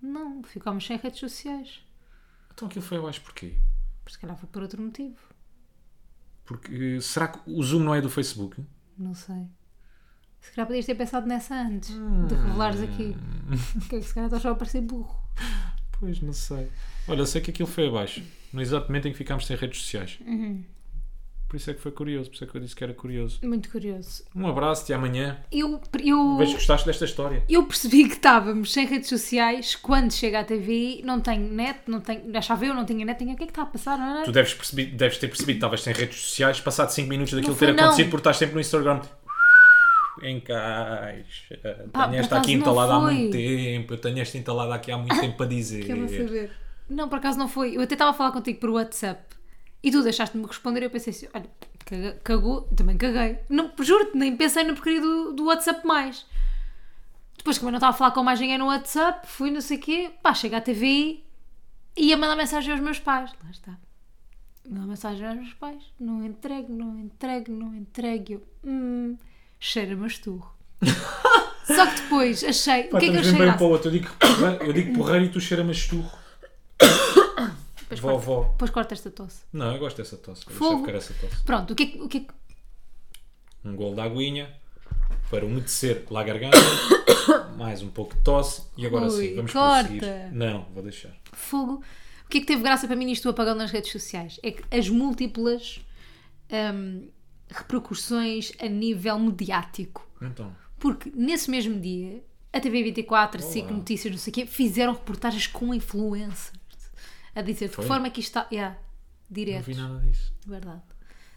Não, ficámos sem redes sociais.
Então aquilo foi abaixo porquê?
Mas se calhar foi por outro motivo.
Porque eh, será que o Zoom não é do Facebook?
Não sei. Se calhar podias ter pensado nessa antes de revelares aqui. Que se calhar estás só a parecer burro.
Pois, não sei. Olha, eu sei que aquilo foi abaixo. No exato momento em que ficámos sem redes sociais.
Uhum.
Por isso é que foi curioso, por isso é que eu disse que era curioso.
Muito curioso.
Um abraço, até amanhã.
Eu, eu,
Vejo que gostaste desta história.
eu percebi que estávamos sem redes sociais quando chega à TV, não tenho net, não tenho. Achava eu, não tinha net, tinha. O que é que está a passar? Não, não,
Tu deves, percebi- deves ter percebido que estavas sem redes sociais, passado 5 minutos daquilo
foi,
ter
não.
acontecido, porque estás sempre no Instagram. Encaixa.
Pá, Ah, por
Tenho esta
acaso
aqui
não Ah,
entalada há
foi.
muito tempo. Eu tenho esta entalada aqui há muito tempo para dizer.
Quero saber. Não, por acaso não foi. Eu até estava a falar contigo por WhatsApp E tu deixaste-me responder e eu pensei assim: olha, caga- cagou, também caguei. Não, juro-te, nem pensei na porcaria do, do WhatsApp mais. Depois, como eu não estava a falar com mais ninguém no WhatsApp, fui não sei o quê, pá, cheguei à TVI e ia mandar mensagem aos meus pais. Lá está. Mandar mensagem aos meus pais. Não entrego, não entrego, não entrego. Eu, hum, cheira-me a esturro. Só que depois achei. o
Pá,
que é que eu
estamos bem bem
cheirasse?
para o outro. Eu digo, porreiro- eu digo porreiro e tu cheira-me a esturro.
Depois corta-
Vovó.
Depois corta esta tosse.
Não, eu gosto dessa tosse. Eu percebo
Fogo.
que era essa tosse.
Pronto, o que é que. O que, é que
Um golo de aguinha para umedecer lá a garganta. mais um pouco de tosse. E agora
Ui,
sim, vamos
corta.
prosseguir. Não, vou deixar.
fogo. O que é que teve graça para mim nisto do apagão nas redes sociais? É que as múltiplas hum, repercussões a nível mediático.
Então,
Porque nesse mesmo dia, a TV24, SIC Notícias, não sei o quê, fizeram reportagens com influencers. A
Foi?
dizer de que forma é que isto está. Yeah,
não
direto,
vi nada disso.
verdade.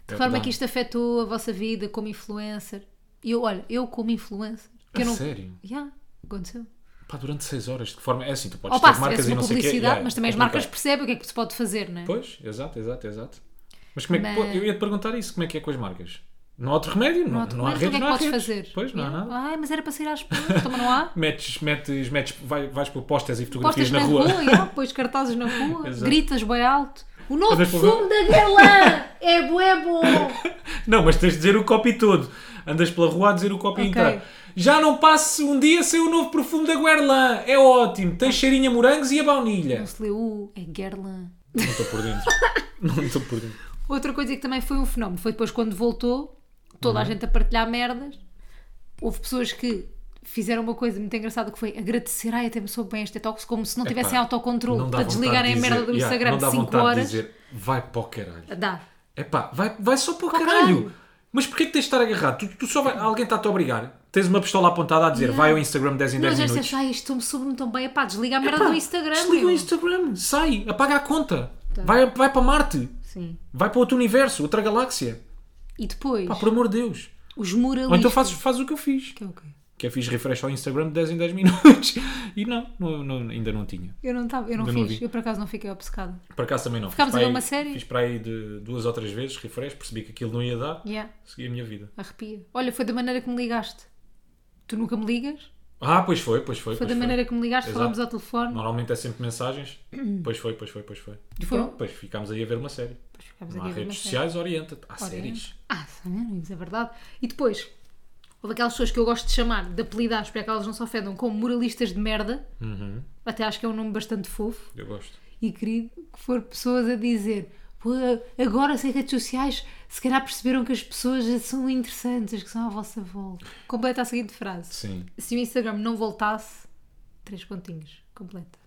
De
É
forma
verdade.
que isto afetou a vossa vida como influencer. E eu, olha, eu como influencer. que
A
eu não...
sério?
Yeah, aconteceu.
Pá, durante 6 horas, de que forma. É assim, tu podes
Opa,
ter
se
marcas
tivesse
e
uma
não sei o quê.
publicidade,
yeah,
mas também as
complicado.
marcas percebem o que é que se pode fazer, não é?
Pois, exato, exato, exato. Mas como é que.
Mas-
pô, Eu ia te perguntar isso, como é que é com as marcas? Não há outro remédio? Não,
Não,
não,
há outro
há redes,
momento, o que é que
não há
podes
redes.
fazer?
Pois, não há
Yeah.
nada.
Ai, mas era para sair às pessoas, também não há?
Metes, metes, metes vai, vais por postas e fotografias
Postas
na rua.
yeah, pões cartazes na rua,
Exato.
gritas bem alto. O novo
Mas depois-
perfume da Guerlain é bué bom.
Não, mas tens de dizer o copy todo. Andas pela rua a dizer o copy
Ok.
inteiro. Já não passe um dia sem o novo perfume da Guerlain. É ótimo. Tem cheirinho a morangos e a baunilha.
Não se lê U, é Guerlain.
Não estou por dentro. Não estou por dentro.
Outra coisa que também foi um fenómeno foi depois quando voltou, toda
Uhum.
a gente a partilhar merdas. Houve pessoas que fizeram uma coisa muito engraçada que foi agradecer, ai, até me soube bem este detox, como se não
Epá,
tivessem autocontrole
não dá
para
vontade
desligarem
de
a merda
dizer-
do
yeah,
Instagram
não dá
5
vontade de
horas.
dizer, vai para o caralho.
Dá.
Epá, vai, vai só para o caralho.
caralho.
Mas porquê é que tens de estar agarrado? Tu, tu só vai, alguém está-te a obrigar. Tens uma pistola apontada a dizer vai ao Instagram 10 em
Não,
10
já
minutos.
disseste, ai, isto me soube-me tão bem. Epá, desliga a Tá. merda
Pá,
do Instagram.
Desliga o
meu.
Instagram. Sai. Apaga a conta. Vai, vai para Marte.
Sim.
Vai para outro universo, outra galáxia.
E depois,
Pá, por amor de Deus.
os
Ou
muralistas.
então fazes, fazes o que eu fiz.
Que é o quê?
Que eu fiz refresh ao Instagram de 10 em 10 minutos. E não, não- não- ainda não tinha.
Eu não, tava, eu não
Ainda não
fiz.
vi.
eu por acaso não fiquei obcecada.
Por acaso também não.
Ficámos
Fiz
a ver
para
uma
aí-
série.
Fiz para aí de duas ou três vezes refresh, percebi que aquilo não ia dar.
Yeah,
Segui a minha vida.
arrepia. Olha, foi da maneira que me ligaste. Tu nunca me ligas?
Ah, pois foi, pois foi.
Foi
pois
da maneira que me ligaste,
Exato.
falámos ao telefone.
Normalmente é sempre mensagens. Pois foi, pois foi, pois foi.
E foi?
Pronto, Pois ficámos aí a ver uma série.
Depois ficámos
Então, Não
aqui
há
a ver uma
redes
série.
sociais, orienta-te. Há séries.
Ah, sabemos, é verdade. E depois, houve aquelas pessoas que eu gosto de chamar de apelidares para que elas não se ofendam como moralistas de merda.
Uhum.
Até acho que é um nome bastante fofo.
Eu gosto.
e querido que for pessoas a dizer "Pô, agora sem redes sociais se calhar perceberam que as pessoas são interessantes, que são à vossa volta. Completa a seguinte frase.
Sim.
Se o Instagram não voltasse, três pontinhos. Completa.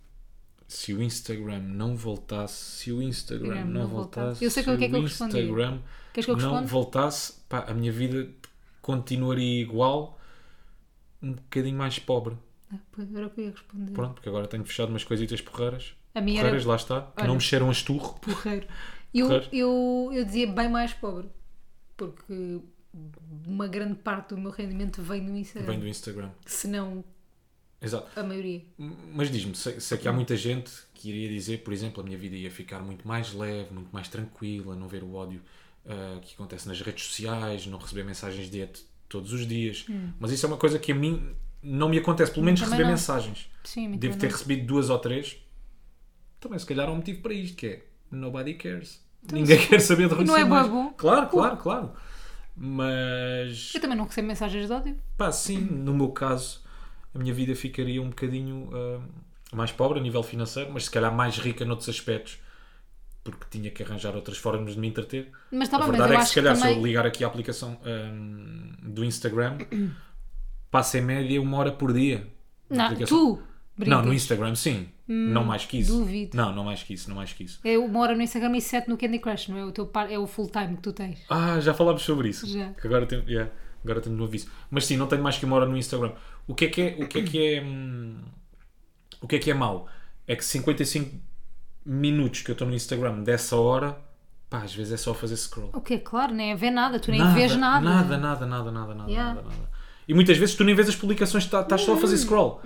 Se o Instagram não voltasse, se o Instagram
Instagram
não,
não
voltasse,
voltasse. Eu sei
se
o que é que eu
o
respondi.
Instagram
Queres que eu
não
responda?
voltasse, pá, a minha vida continuaria igual, um bocadinho mais pobre.
Ah, pois, Era o que eu ia responder.
Pronto, porque agora tenho fechado umas coisitas porreiras.
A minha era
Porreiras, lá está. Que
Olha.
não mexeram a esturro.
porreiro. Eu,
Porreiro.
eu, eu dizia bem mais pobre. Porque uma grande parte do meu rendimento vem do Instagram.
Vem do Instagram.
Se não
Exato.
a maioria.
Mas diz-me, sei, sei que há muita gente que iria dizer, por exemplo, a minha vida ia ficar muito mais leve, muito mais tranquila, não ver o ódio ah, que acontece nas redes sociais, não receber mensagens de hate todos os dias. Mas isso é uma coisa que a mim não me acontece, pelo menos
Hum. Também
receber
não.
mensagens.
Sim, me
Devo
também
ter
não.
recebido duas ou três. Também, se calhar, há um motivo para isto, que é nobody cares. Ninguém quer saber de Rui
Então, não é
Simões.
bom?
Claro, claro, claro. Mas
Eu também não recebo mensagens de ódio.
Pá, sim, no meu caso, a minha vida ficaria um bocadinho ah, mais pobre a nível financeiro, mas se calhar mais rica noutros aspectos, porque tinha que arranjar outras formas de me entreter.
Mas
a
estava bem, mas
verdade
eu
é que
acho
se calhar,
que
se
também...
eu ligar aqui a aplicação ah, do Instagram, passa em média uma hora por dia. de
Não,
aplicação.
tu brincas.
é Não, no Instagram sim. não mais que isso.
Hum, duvido.
Não, não mais que isso, não mais que isso.
É uma hora no Instagram e sete no Candy Crush, não é? O teu par... É o full time que tu tens.
Ah, já falámos sobre isso.
Já.
Que agora tenho, yeah, agora tenho novo isso. Mas sim, não tenho mais que uma hora no Instagram. O que é que é, o que é, que é, hum, o que é, que é mau? É que 55 minutos que eu estou no Instagram dessa hora, pá, às vezes é só fazer scroll.
O que é claro, nem é ver nada, tu nem vês nada.
Nada, nada, nada, nada, nada,
Yeah. Uhum.
nada, nada. E muitas vezes tu nem vês as publicações, tá- estás só a fazer scroll.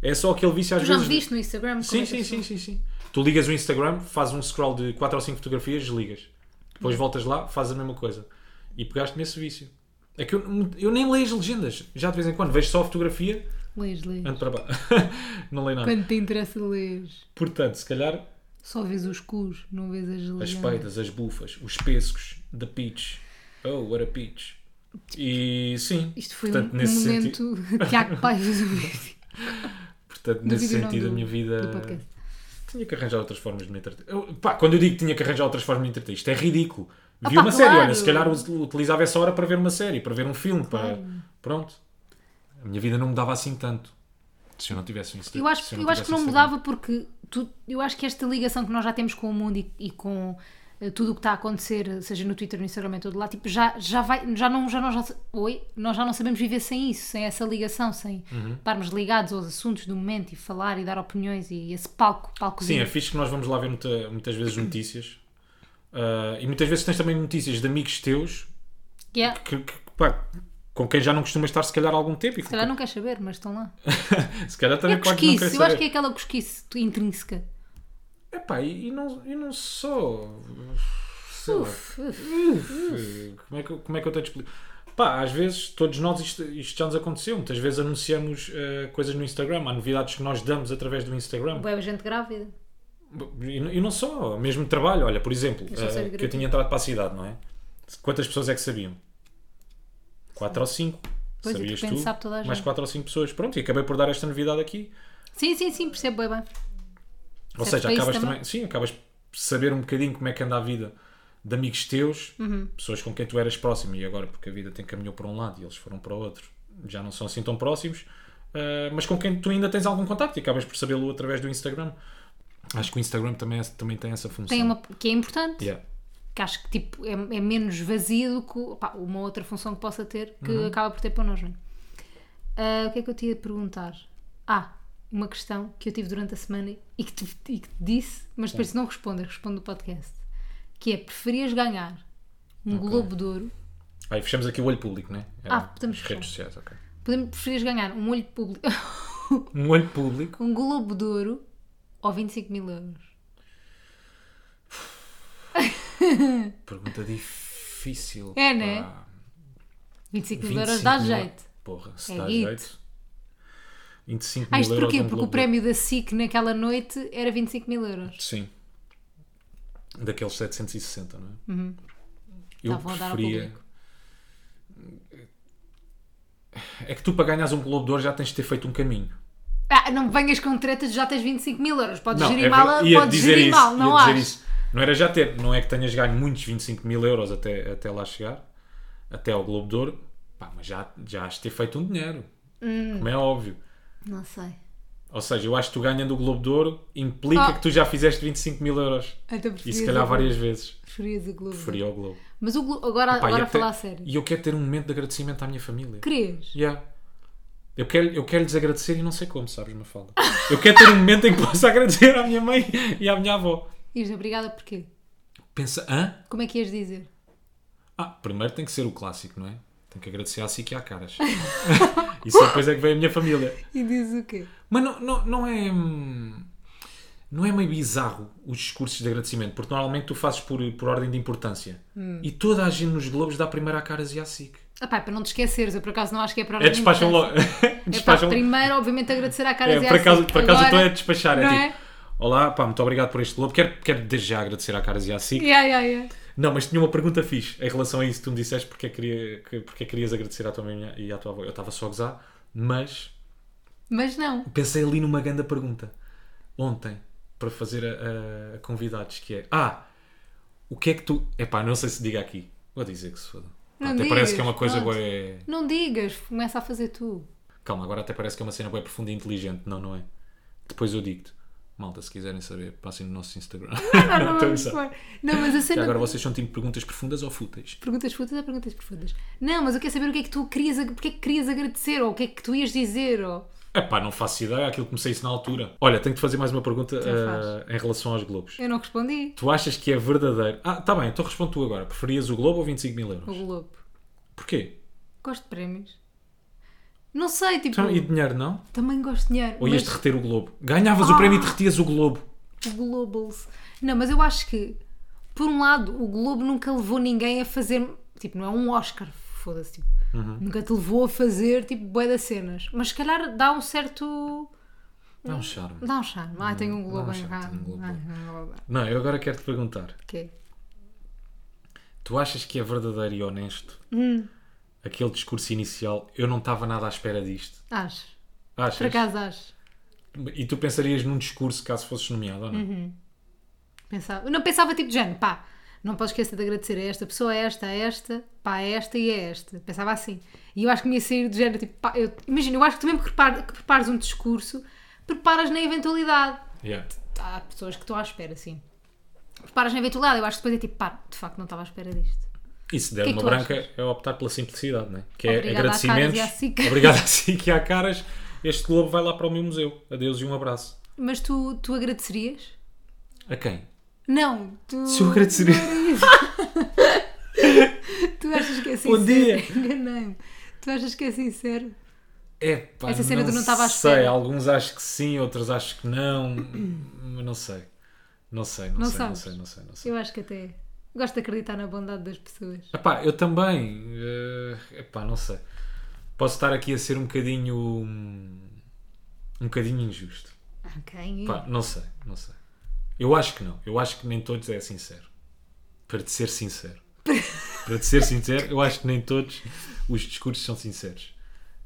É só aquele vício às
Tu já me
vezes.
viste no Instagram? como
Sim,
é que
sim,
eu
sim, sim, sim. Tu ligas o Instagram, fazes um scroll de 4 ou 5 fotografias, desligas. Depois
Uhum.
voltas lá, fazes a mesma coisa. E pegaste nesse vício. É que eu, eu nem leio as legendas. Já de vez em quando vejo só a fotografia,
Lês, lês.
ando para baixo. não leio nada.
Quando te interessa, lês.
Portanto, se calhar
Só vês os cus, não vês as
as
legendas.
peitas, as bufas, os pescos, the peach. Oh, what a peach. E sim,
Isto foi
portanto,
um, um
nesse sentido,
momento Tiago Pais do-
portanto,
do
nesse
vídeo, não,
sentido a
do-
minha vida
do podcast.
tinha que arranjar outras formas de me entreter. Eu- pá, quando eu digo que tinha que arranjar outras formas de me entreter, isto é ridículo. Vi
Ah, pá,
uma série, olha,
claro.
se calhar us- utilizava essa hora para ver uma série, para ver um filme, para. Pronto. A minha vida não mudava assim tanto. Se eu não tivesse um Insta-
Eu acho,
se
eu acho que não
tivesse um Instagram.
mudava porque tu- eu acho que esta ligação que nós já temos com o mundo e, e com eh, tudo o que está a acontecer, eh, seja no Twitter, no Instagram, em todo lá, tipo, já, já vai, já não, já, nós, já, oi, nós já não sabemos viver sem isso, sem essa ligação, sem
Uhum.
estarmos ligados aos assuntos do momento e falar e dar opiniões e esse palco,
Sim,
palcozinho.
é fixe que nós vamos lá ver muita- muitas vezes notícias. Ah, e muitas vezes tens também notícias de amigos teus
que é,
que- que- pá, com quem já não costumas estar se calhar há algum tempo. E
se calhar não quer saber, mas estão lá.
se calhar
É
também quase não
cosquice,
queres
eu acho que
saber.
é aquela cosquice intrínseca.
Epá, e, e não, e não só... Sei lá.
Uf, uf.
Como é que, eu- como é que eu tenho de explicar? Pá, às vezes, todos nós, isto, isto já nos aconteceu. Muitas vezes anunciamos eh, coisas no Instagram. Há novidades que nós damos através do Instagram.
Bué gente grávida.
E, n- e não só, mesmo trabalho. Olha, por exemplo,
Eu só
eh,
sei de
que eu
gratuito.
tinha entrado para a cidade, não é? Quantas pessoas é que sabiam? Quatro ou cinco.
Pois, e de
Sabias
repente
tu?
sabe toda a
Mais
gente.
quatro ou cinco pessoas. Pronto, e acabei por dar esta novidade aqui.
Sim, sim, sim, percebo bué bem.
Ou
Serve
seja,
para isso
acabas
também.
também, sim, acabas por saber um bocadinho como é que anda a vida de amigos teus,
Uhum.
pessoas com quem tu eras próximo e agora porque a vida tem caminhou para um lado e eles foram para o outro, já não são assim tão próximos, ah, mas com quem tu ainda tens algum contacto e acabas por sabê-lo através do Instagram. Acho que o Instagram também, é- também tem essa função.
Tem uma, que é importante.
Yeah.
que acho que tipo, é, é menos vazio do que o- pá, uma outra função que possa ter que
Uhum.
acaba por ter para nós. Não é? Ah, o que é que eu te ia perguntar? Ah, uma questão que eu tive durante a semana e que te, e que te disse, mas depois se não respondes, respondo no podcast. Que é, preferias ganhar um Globo de Ouro?
Aí fechamos aqui o olho público, né?
Ah, podemos fechar.
Redes sociais, ok.
Podemos, preferias ganhar um olho público,
Um olho público.
um Globo de Ouro ou 25 mil euros?
Pergunta difícil.
É, né?
pá.
25 mil
25
euros dá
mil-
jeito.
Porra, se
É
dá
hit.
jeito. 25
Ah,
mil
isto
euros
porquê?
é um
Porque o
Globo.
prémio da SIC naquela noite era 25 mil euros.
Sim. Daqueles 760, não é? Eu
Uhum. Estavam a dar ao
preferia... É que tu para ganhares um Globo de Ouro já tens de ter feito um caminho.
Ah, não me venhas com tretas, já tens 25 mil euros. Podes
Não,
gerir
é
mal,
verdade. Ia
podes
dizer
gerir
isso,
mal,
ia
não
dizer
acho.
isso. Não era já ter, não é que tenhas ganho muitos 25 mil euros até, até lá chegar, até ao Globo de Ouro, Pá, mas já, já has de ter feito um dinheiro,
Hum.
como é óbvio.
Não sei.
Ou seja, eu acho que tu ganhando o Globo de Ouro implica
Ah.
que tu já fizeste 25 mil euros.
Então
E
preferias
se calhar
o-
várias vezes.
Preferias o Globo.
Preferia ao Globo.
Mas o Globo, agora,
Pá, e
agora a
até-
falar a sério.
E eu quero ter um momento de agradecimento à minha família.
Querias?
Yeah. Eu quero, eu quero lhes agradecer e não sei como, sabes, Mafalda. Eu quero ter um momento em que possa agradecer à minha mãe e à minha avó.
Ias obrigada porquê?
Pensa, hã?
Como é que ias dizer?
Ah, primeiro tem que ser o clássico, não é? Tenho que agradecer à SIC e à Caras. e só depois é que vem a minha família.
E dizes o quê?
Mas não, não, não é. hum, Não é meio bizarro os discursos de agradecimento, porque normalmente tu fazes por, por ordem de importância.
Hum.
E toda a gente nos Globos dá primeiro à Caras e à SIC.
Ah pá, para não te esqueceres, eu por acaso não acho que é para
É despacham logo.
É pá,
despacham logo.
primeiro, obviamente, agradecer à cara
É, por acaso, por acaso eu estou a despachar.
não
É
é?
tipo, olá, pá, muito obrigado por este globo. Quero, quero desde já agradecer à Caras e à SIC.
Yeah, yeah, yeah.
Não, mas tinha uma pergunta fixe em relação a isso. Tu me disseste porque, é que queria, que- porque é que querias agradecer à tua mãe e à tua avó. Eu estava só a gozar, mas
Mas não.
pensei ali numa grande pergunta ontem para fazer a, a- a convidados que é ah o que é que tu epá não sei se diga aqui vou dizer que se foda
Não
até
digas,
parece que é uma coisa
pronto.
bué...
Não digas, começa a fazer tu.
calma agora até parece que é uma cena bué profunda e inteligente não não é depois eu digo-te malta se quiserem saber passem no nosso Instagram
Ah,
Não estou
não,
a
vamos
gozar.
pôr. não, mas a
Já
cena
agora vocês são tipo perguntas profundas ou fúteis
Perguntas profundas ou perguntas profundas? Não, mas eu quero saber o que é que tu querias, porque é que querias agradecer, ou o que é que tu ias dizer, ou...
epá não faço ideia aquilo comecei isso na altura olha tenho de fazer mais uma pergunta ah, em relação aos globos
Eu não respondi.
tu achas que é verdadeiro ah tá bem então responde tu agora preferias o globo ou 25 mil
O
euros
Globo.
porquê
Gosto de prémios. Não sei, tipo,
Então, e dinheiro não?
também gosto de dinheiro,
Ou
mas Ah!
ias te reter o Globo? Ganhavas o prémio e te retias o Globo.
o Globals... Não, mas eu acho que Por um lado, o Globo nunca levou ninguém a fazer. Tipo, não é um Oscar, foda-se. Tipo,
Uhum.
Nunca te levou a fazer, tipo, bué das cenas. Mas se calhar dá um certo.
É um charme.
Dá um charme. Ah, tenho um
dá
Globo
um
em
charme,
casa.
tenho um Globo.
Ah, um Globo.
Não, eu agora quero te perguntar:
Ok.
tu achas que é verdadeiro e honesto
Hum.
aquele discurso inicial? Eu não estava nada à espera disto.
Acho.
Achas?
Por acaso acho.
E tu pensarias num discurso caso fosses nomeado ou não?
Uhum. Pensava, eu não pensava tipo de género, pá, não posso esquecer de agradecer a esta pessoa, a esta, a esta, pá, a esta e a esta. Pensava assim. E eu acho que me ia sair de género, tipo, pá, eu, imagina, eu acho que tu mesmo que, prepar- que prepares um discurso, preparas na eventualidade.
Yeah.
Há pessoas que estão à espera, sim. Preparas na eventualidade, eu acho que depois é tipo, pá, de facto não estava à espera disto.
E se der
Que é que
uma
tu
branca
achas?
é optar pela simplicidade, né? que é
Obrigada à Caras e
agradecimentos.
à SIC.
Obrigado a si que há caras. Este globo vai lá para o meu museu. Adeus e um abraço.
Mas tu, tu agradecerias?
A quem?
Não, tu.
Se eu agradeceria.
Tu achas que é
Bom
sincero?
dia.
Enganei-me. Tu achas que é sincero?
É, pá,
Essa cena
não
do não estava à
sei.
espera.
Alguns acho que sim, outros acho que não. Mas não sei. Não sei, não,
Não
sei, não
sabes?
sei, não sei, não sei.
Eu acho que até. Gosto de acreditar na bondade das pessoas.
Epá, eu também. eh, epá, não sei. Posso estar aqui a ser um bocadinho. hum, um bocadinho injusto.
Ok.
Pá, não sei, não sei. Eu acho que não. Eu acho que nem todos é sincero. Para te ser sincero. Para te ser sincero, eu acho que nem todos os discursos são sinceros.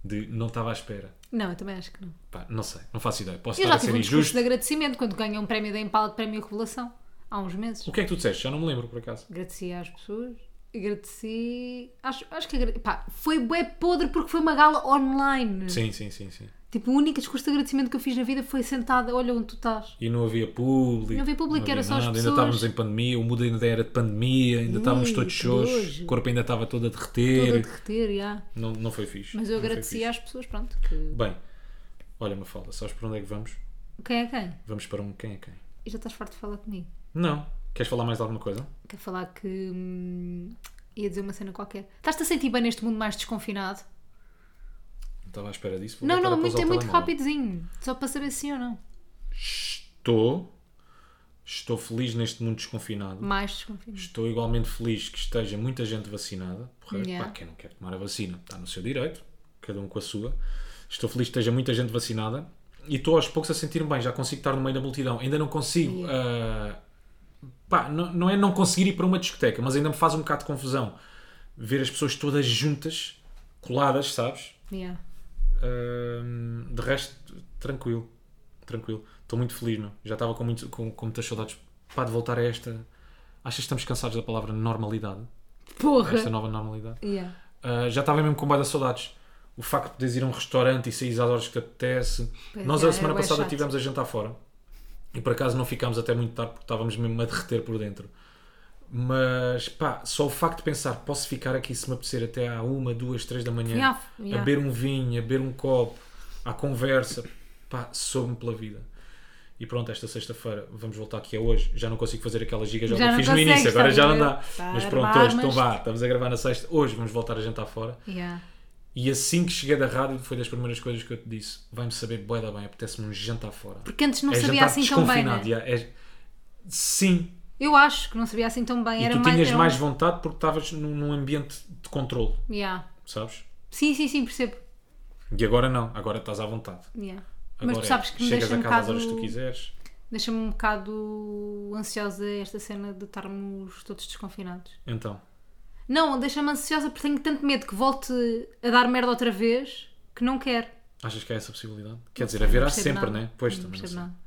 De não estava à espera.
Não, eu também acho que não.
Pá, não sei, não faço ideia. Posso
Eu
estar
já
a
tive
ser
um discurso
injusto.
de agradecimento quando ganhei um prémio da Impala de Prémio Revelação. Há uns meses.
O que é que tu disseste? Já não me lembro, por acaso.
Agradeci às pessoas. Agradeci. Acho, acho que. agrade- Pá, foi bué podre porque foi uma gala online.
Sim, sim, sim, sim.
Tipo, o único discurso de agradecimento que eu fiz na vida foi sentada, olha onde tu estás.
E não havia público.
Não havia público, era só as
Ainda
pessoas.
estávamos em pandemia, o mundo ainda era de pandemia, ainda
Ih,
estávamos todos
que
chos,
nojo.
o corpo ainda estava todo a
Toda a
derreter.
derreter, já.
Não, não foi fixe.
Mas eu
Não foi
agradeci
fixe.
às pessoas, pronto. Que...
Bem, olha, Mafalda, sabes para onde é que vamos?
Quem é quem?
Vamos para um quem é quem?
E já estás farto de falar comigo.
Não. Queres falar mais de alguma coisa?
Quer falar que. hum, ia dizer uma cena qualquer. Estás-te a sentir bem neste mundo mais desconfinado?
Não estava à espera disso. vou
não,
voltar
não,
a
muito,
pausar
é
o
muito
telemóvel.
rapidinho. Só para saber se sim ou não.
Estou. Estou feliz neste mundo desconfinado.
Mais desconfinado.
Estou igualmente feliz que esteja muita gente vacinada. Porra,
Yeah.
pá, quem não quer tomar a vacina está no seu direito, cada um com a sua. Estou feliz que esteja muita gente vacinada e estou aos poucos a sentir-me bem. Já consigo estar no meio da multidão. Ainda não consigo. ah, pá, não, não é não conseguir ir para uma discoteca, mas ainda me faz um bocado de confusão ver as pessoas todas juntas, coladas, sabes?
Yeah.
Hum, de resto, tranquilo. Tranquilo. Estou muito feliz, meu. Já estava com, muito, com, com muitas saudades. Pá, de voltar a esta. Achas que estamos cansados da palavra normalidade?
Porra!
Esta nova normalidade?
Yeah.
Ah, já estava mesmo com bué de saudades. O facto de poderes ir a um restaurante e sair às horas que te apetece.
Pois
Nós,
é,
a
é
semana
bué
passada,
chato.
tivemos a jantar fora. E por acaso não ficámos até muito tarde porque estávamos mesmo a derreter por dentro. Mas, pá, só o facto de pensar, posso ficar aqui se me apetecer até à uma, duas, três da manhã,
Yeah, yeah.
a beber um vinho, a beber um copo, à conversa, pá, soube-me pela vida. E pronto, esta sexta-feira vamos voltar aqui a hoje. Já não consigo fazer aquela giga, já,
Já
já
não
fiz no
consegues,
início, agora já
estás a
não dá.
ver? Tá,
Mas pronto, hoje, então
armas-te.
vá, estamos a gravar na sexta. Hoje vamos voltar a jantar fora.
Yeah.
E assim que cheguei da rádio, foi das primeiras coisas que eu te disse: vai-me saber bué da bem, apetece-me um jantar fora.
Porque antes
É
não sabia assim tão bem. né?
já, é- Sim,
Eu acho que não sabia assim tão bem.
e
Era
tu tinhas
era um-
mais vontade porque estavas num, num ambiente de controle,
Yeah.
sabes?
Sim, sim, sim, percebo.
E agora não, agora estás à vontade.
Yeah.
Agora
Mas tu sabes
é,
que me
chegas
deixa
a
um
casa às
bocado.
horas que tu quiseres.
Deixa-me um bocado ansiosa esta cena de estarmos todos desconfinados.
Então,
Não, deixa-me ansiosa porque tenho tanto medo que volte a dar merda outra vez que não quero.
achas que há essa possibilidade? Quer dizer,
Não
haverá
percebo
sempre,
nada.
né? Pois,
Não
também não,
percebo
sei.
nada.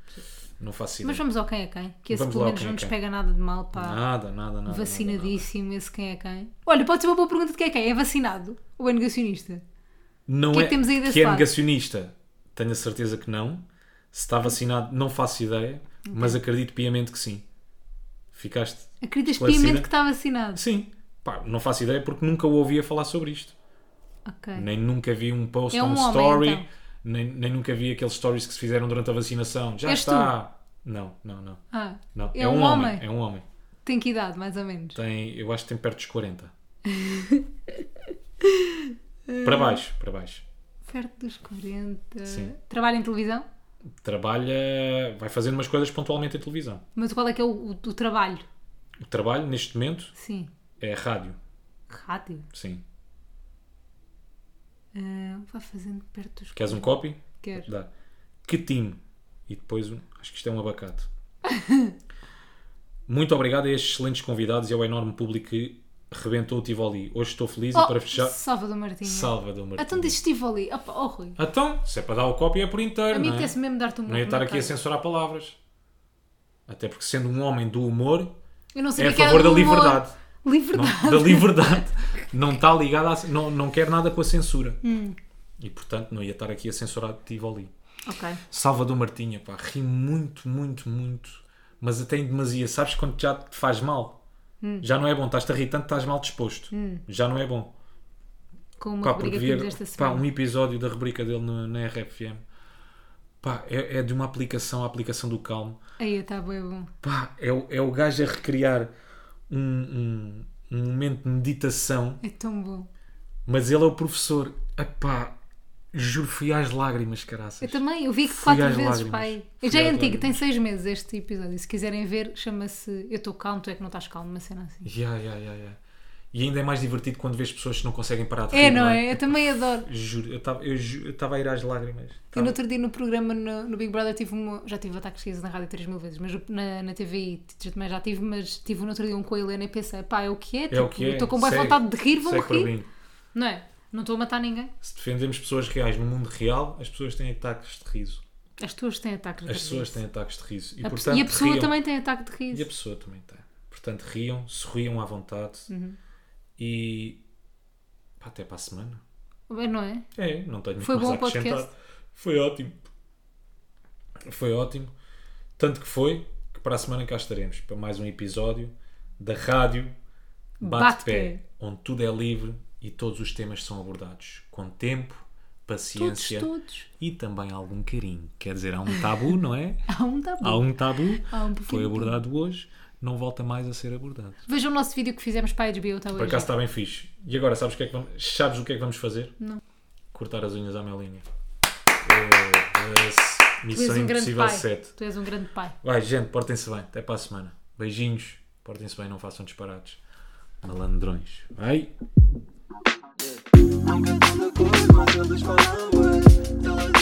não faço
Mas
ideia.
vamos ao quem é quem, que esse
Vamos
pelo
lá ao
menos
quem é
não nos
quem.
pega nada de mal, pá.
Nada, nada, nada.
Vacinadíssimo esse quem é quem. Olha, pode ser uma boa pergunta de quem é quem. É vacinado ou é negacionista?
Não
que é
é
que temos aí desse
que é
lado?
negacionista, tenho a certeza que não. Se está vacinado, não faço ideia, mas acredito piamente que sim. Ficaste?
Acreditas
Esclarecida.
piamente que está vacinado?
Sim. Pá, não faço ideia porque nunca o ouvia falar sobre isto.
Ok.
Nem nunca vi um post
É
ou um,
um homem,
story,
então.
nem, nem nunca vi aqueles stories que se fizeram durante a vacinação. Já
És
está. Não, não, não.
Ah,
não.
é, um homem.
É um homem.
Tem que idade, mais ou menos.
Tem, eu acho que tem perto dos 40. para baixo, para baixo.
Perto dos 40.
Sim.
Trabalha em televisão?
Trabalha, vai fazendo umas coisas pontualmente em televisão.
Mas qual é que é o, o- o trabalho?
O trabalho, neste momento,
Sim.
é rádio.
Rádio.
Sim.
Ah, vai fazendo perto dos.
Queres um copy?
Quero.
Dá. Que time? E depois, um- acho que isto é um abacate. Muito obrigado a estes excelentes convidados e ao enorme público que rebentou o Tivoli. Hoje estou feliz e
Oh,
para fechar.
Salvador Martinho.
Salvador Martins.
Então disse Tivoli. Opa, oh, Rui.
Então, se é para dar o copy é por inteiro.
A mim
não é?
apetece mesmo dar-te um
Não ia
murro
estar
na
aqui a
cara.
censurar palavras. Até porque, sendo um homem do humor,
Eu não
é
sabia
a
que era
favor da
do humor.
liberdade. Não-
Liberdade.
da liberdade. Não está ligada a. Não, não quer nada com a censura.
Hum.
E, portanto, não ia estar aqui a censurar Tivoli.
Ok.
Salvador Martinha, pá, ri muito, muito, muito. Mas até em demasia. Sabes quando já te faz mal?
Hum.
Já não é bom. Estás-te a rir tanto, estás mal disposto. Já não é bom.
Com Hum. uma
Pá,
rubrica
porque
que temos
vi-
esta
pá,
semana.
um episódio da rubrica dele no- na RFM. Pá, é, é de uma aplicação, a aplicação do Calmo.
Aí está bem bom.
Pá, é, o- é o gajo a recriar um, um- um momento de meditação,
É tão bom.
mas ele é o professor. Epá, juro, fui às lágrimas,
Eu
caraças.
também, eu vi
Fui
quatro
às
vezes,
lágrimas.
pai.
Fui
Já é
às
antigo, tem
lágrimas.
seis meses este episódio. Se quiserem ver, chama-se Eu Estou Calmo, Tu É Que Não Estás Calmo, uma cena assim.
Ya, ya, ya, ya. E ainda é mais divertido quando vês pessoas que não conseguem parar de rir.
É, não é? Eu também adoro.
Juro, eu estava eu, ju- eu estava a ir às lágrimas.
Eu
Tava-
no outro dia no programa, no, no Big Brother, tive uma, já tive ataques de riso na rádio 3 mil vezes, mas na, na TV também já tive, mas tive no outro dia um com a Helena e pensei, pá, é o que é?
É o que é.
Estou com boa
Segue.
vontade de rir, vou
Segue para
rir.
mim.
Não é? Não estou a matar ninguém.
Se defendemos pessoas reais no mundo real, as pessoas têm ataques de riso.
As tuas têm ataques de
As
riso.
pessoas têm ataques de riso. E,
A pe-
portanto,
e a pessoa
riam.
também tem ataque de riso.
E a pessoa também tem. Portanto, riam, sorriam à vontade
Uhum.
e pá, até para a semana.
Bem, Não é?
É, não tenho muito
Foi
mais
bom
a acrescentar.
podcast.
Foi ótimo. Foi ótimo. Tanto que foi que para a semana cá estaremos para mais um episódio da Rádio
Bate
Bate-Pé,
Pé.
onde tudo é livre e todos os temas são abordados com tempo,
Todos,
paciência
todos.
e também algum carinho. Quer dizer, há um tabu, não é?
Há um tá bom.
Há um tabu,
Há um pequeno
foi
tabu.
abordado hoje, não volta mais a ser abordado.
Vejam o nosso vídeo que fizemos para a HBO, está
Por
hoje.
acaso está bem fixe. E agora, sabes o que é que vamos, sabes o que é que vamos fazer?
Não.
Cortar as unhas à Melinha. É, esse-
Tu és
Missão
um grande
Impossível
pai.
7.
Tu és um grande pai.
Vai, gente, portem-se bem. Até para a semana. Beijinhos. Portem-se bem, não façam disparates. Malandrões. Vai.
Nunca dão de cor, mas eles falam bué. Elas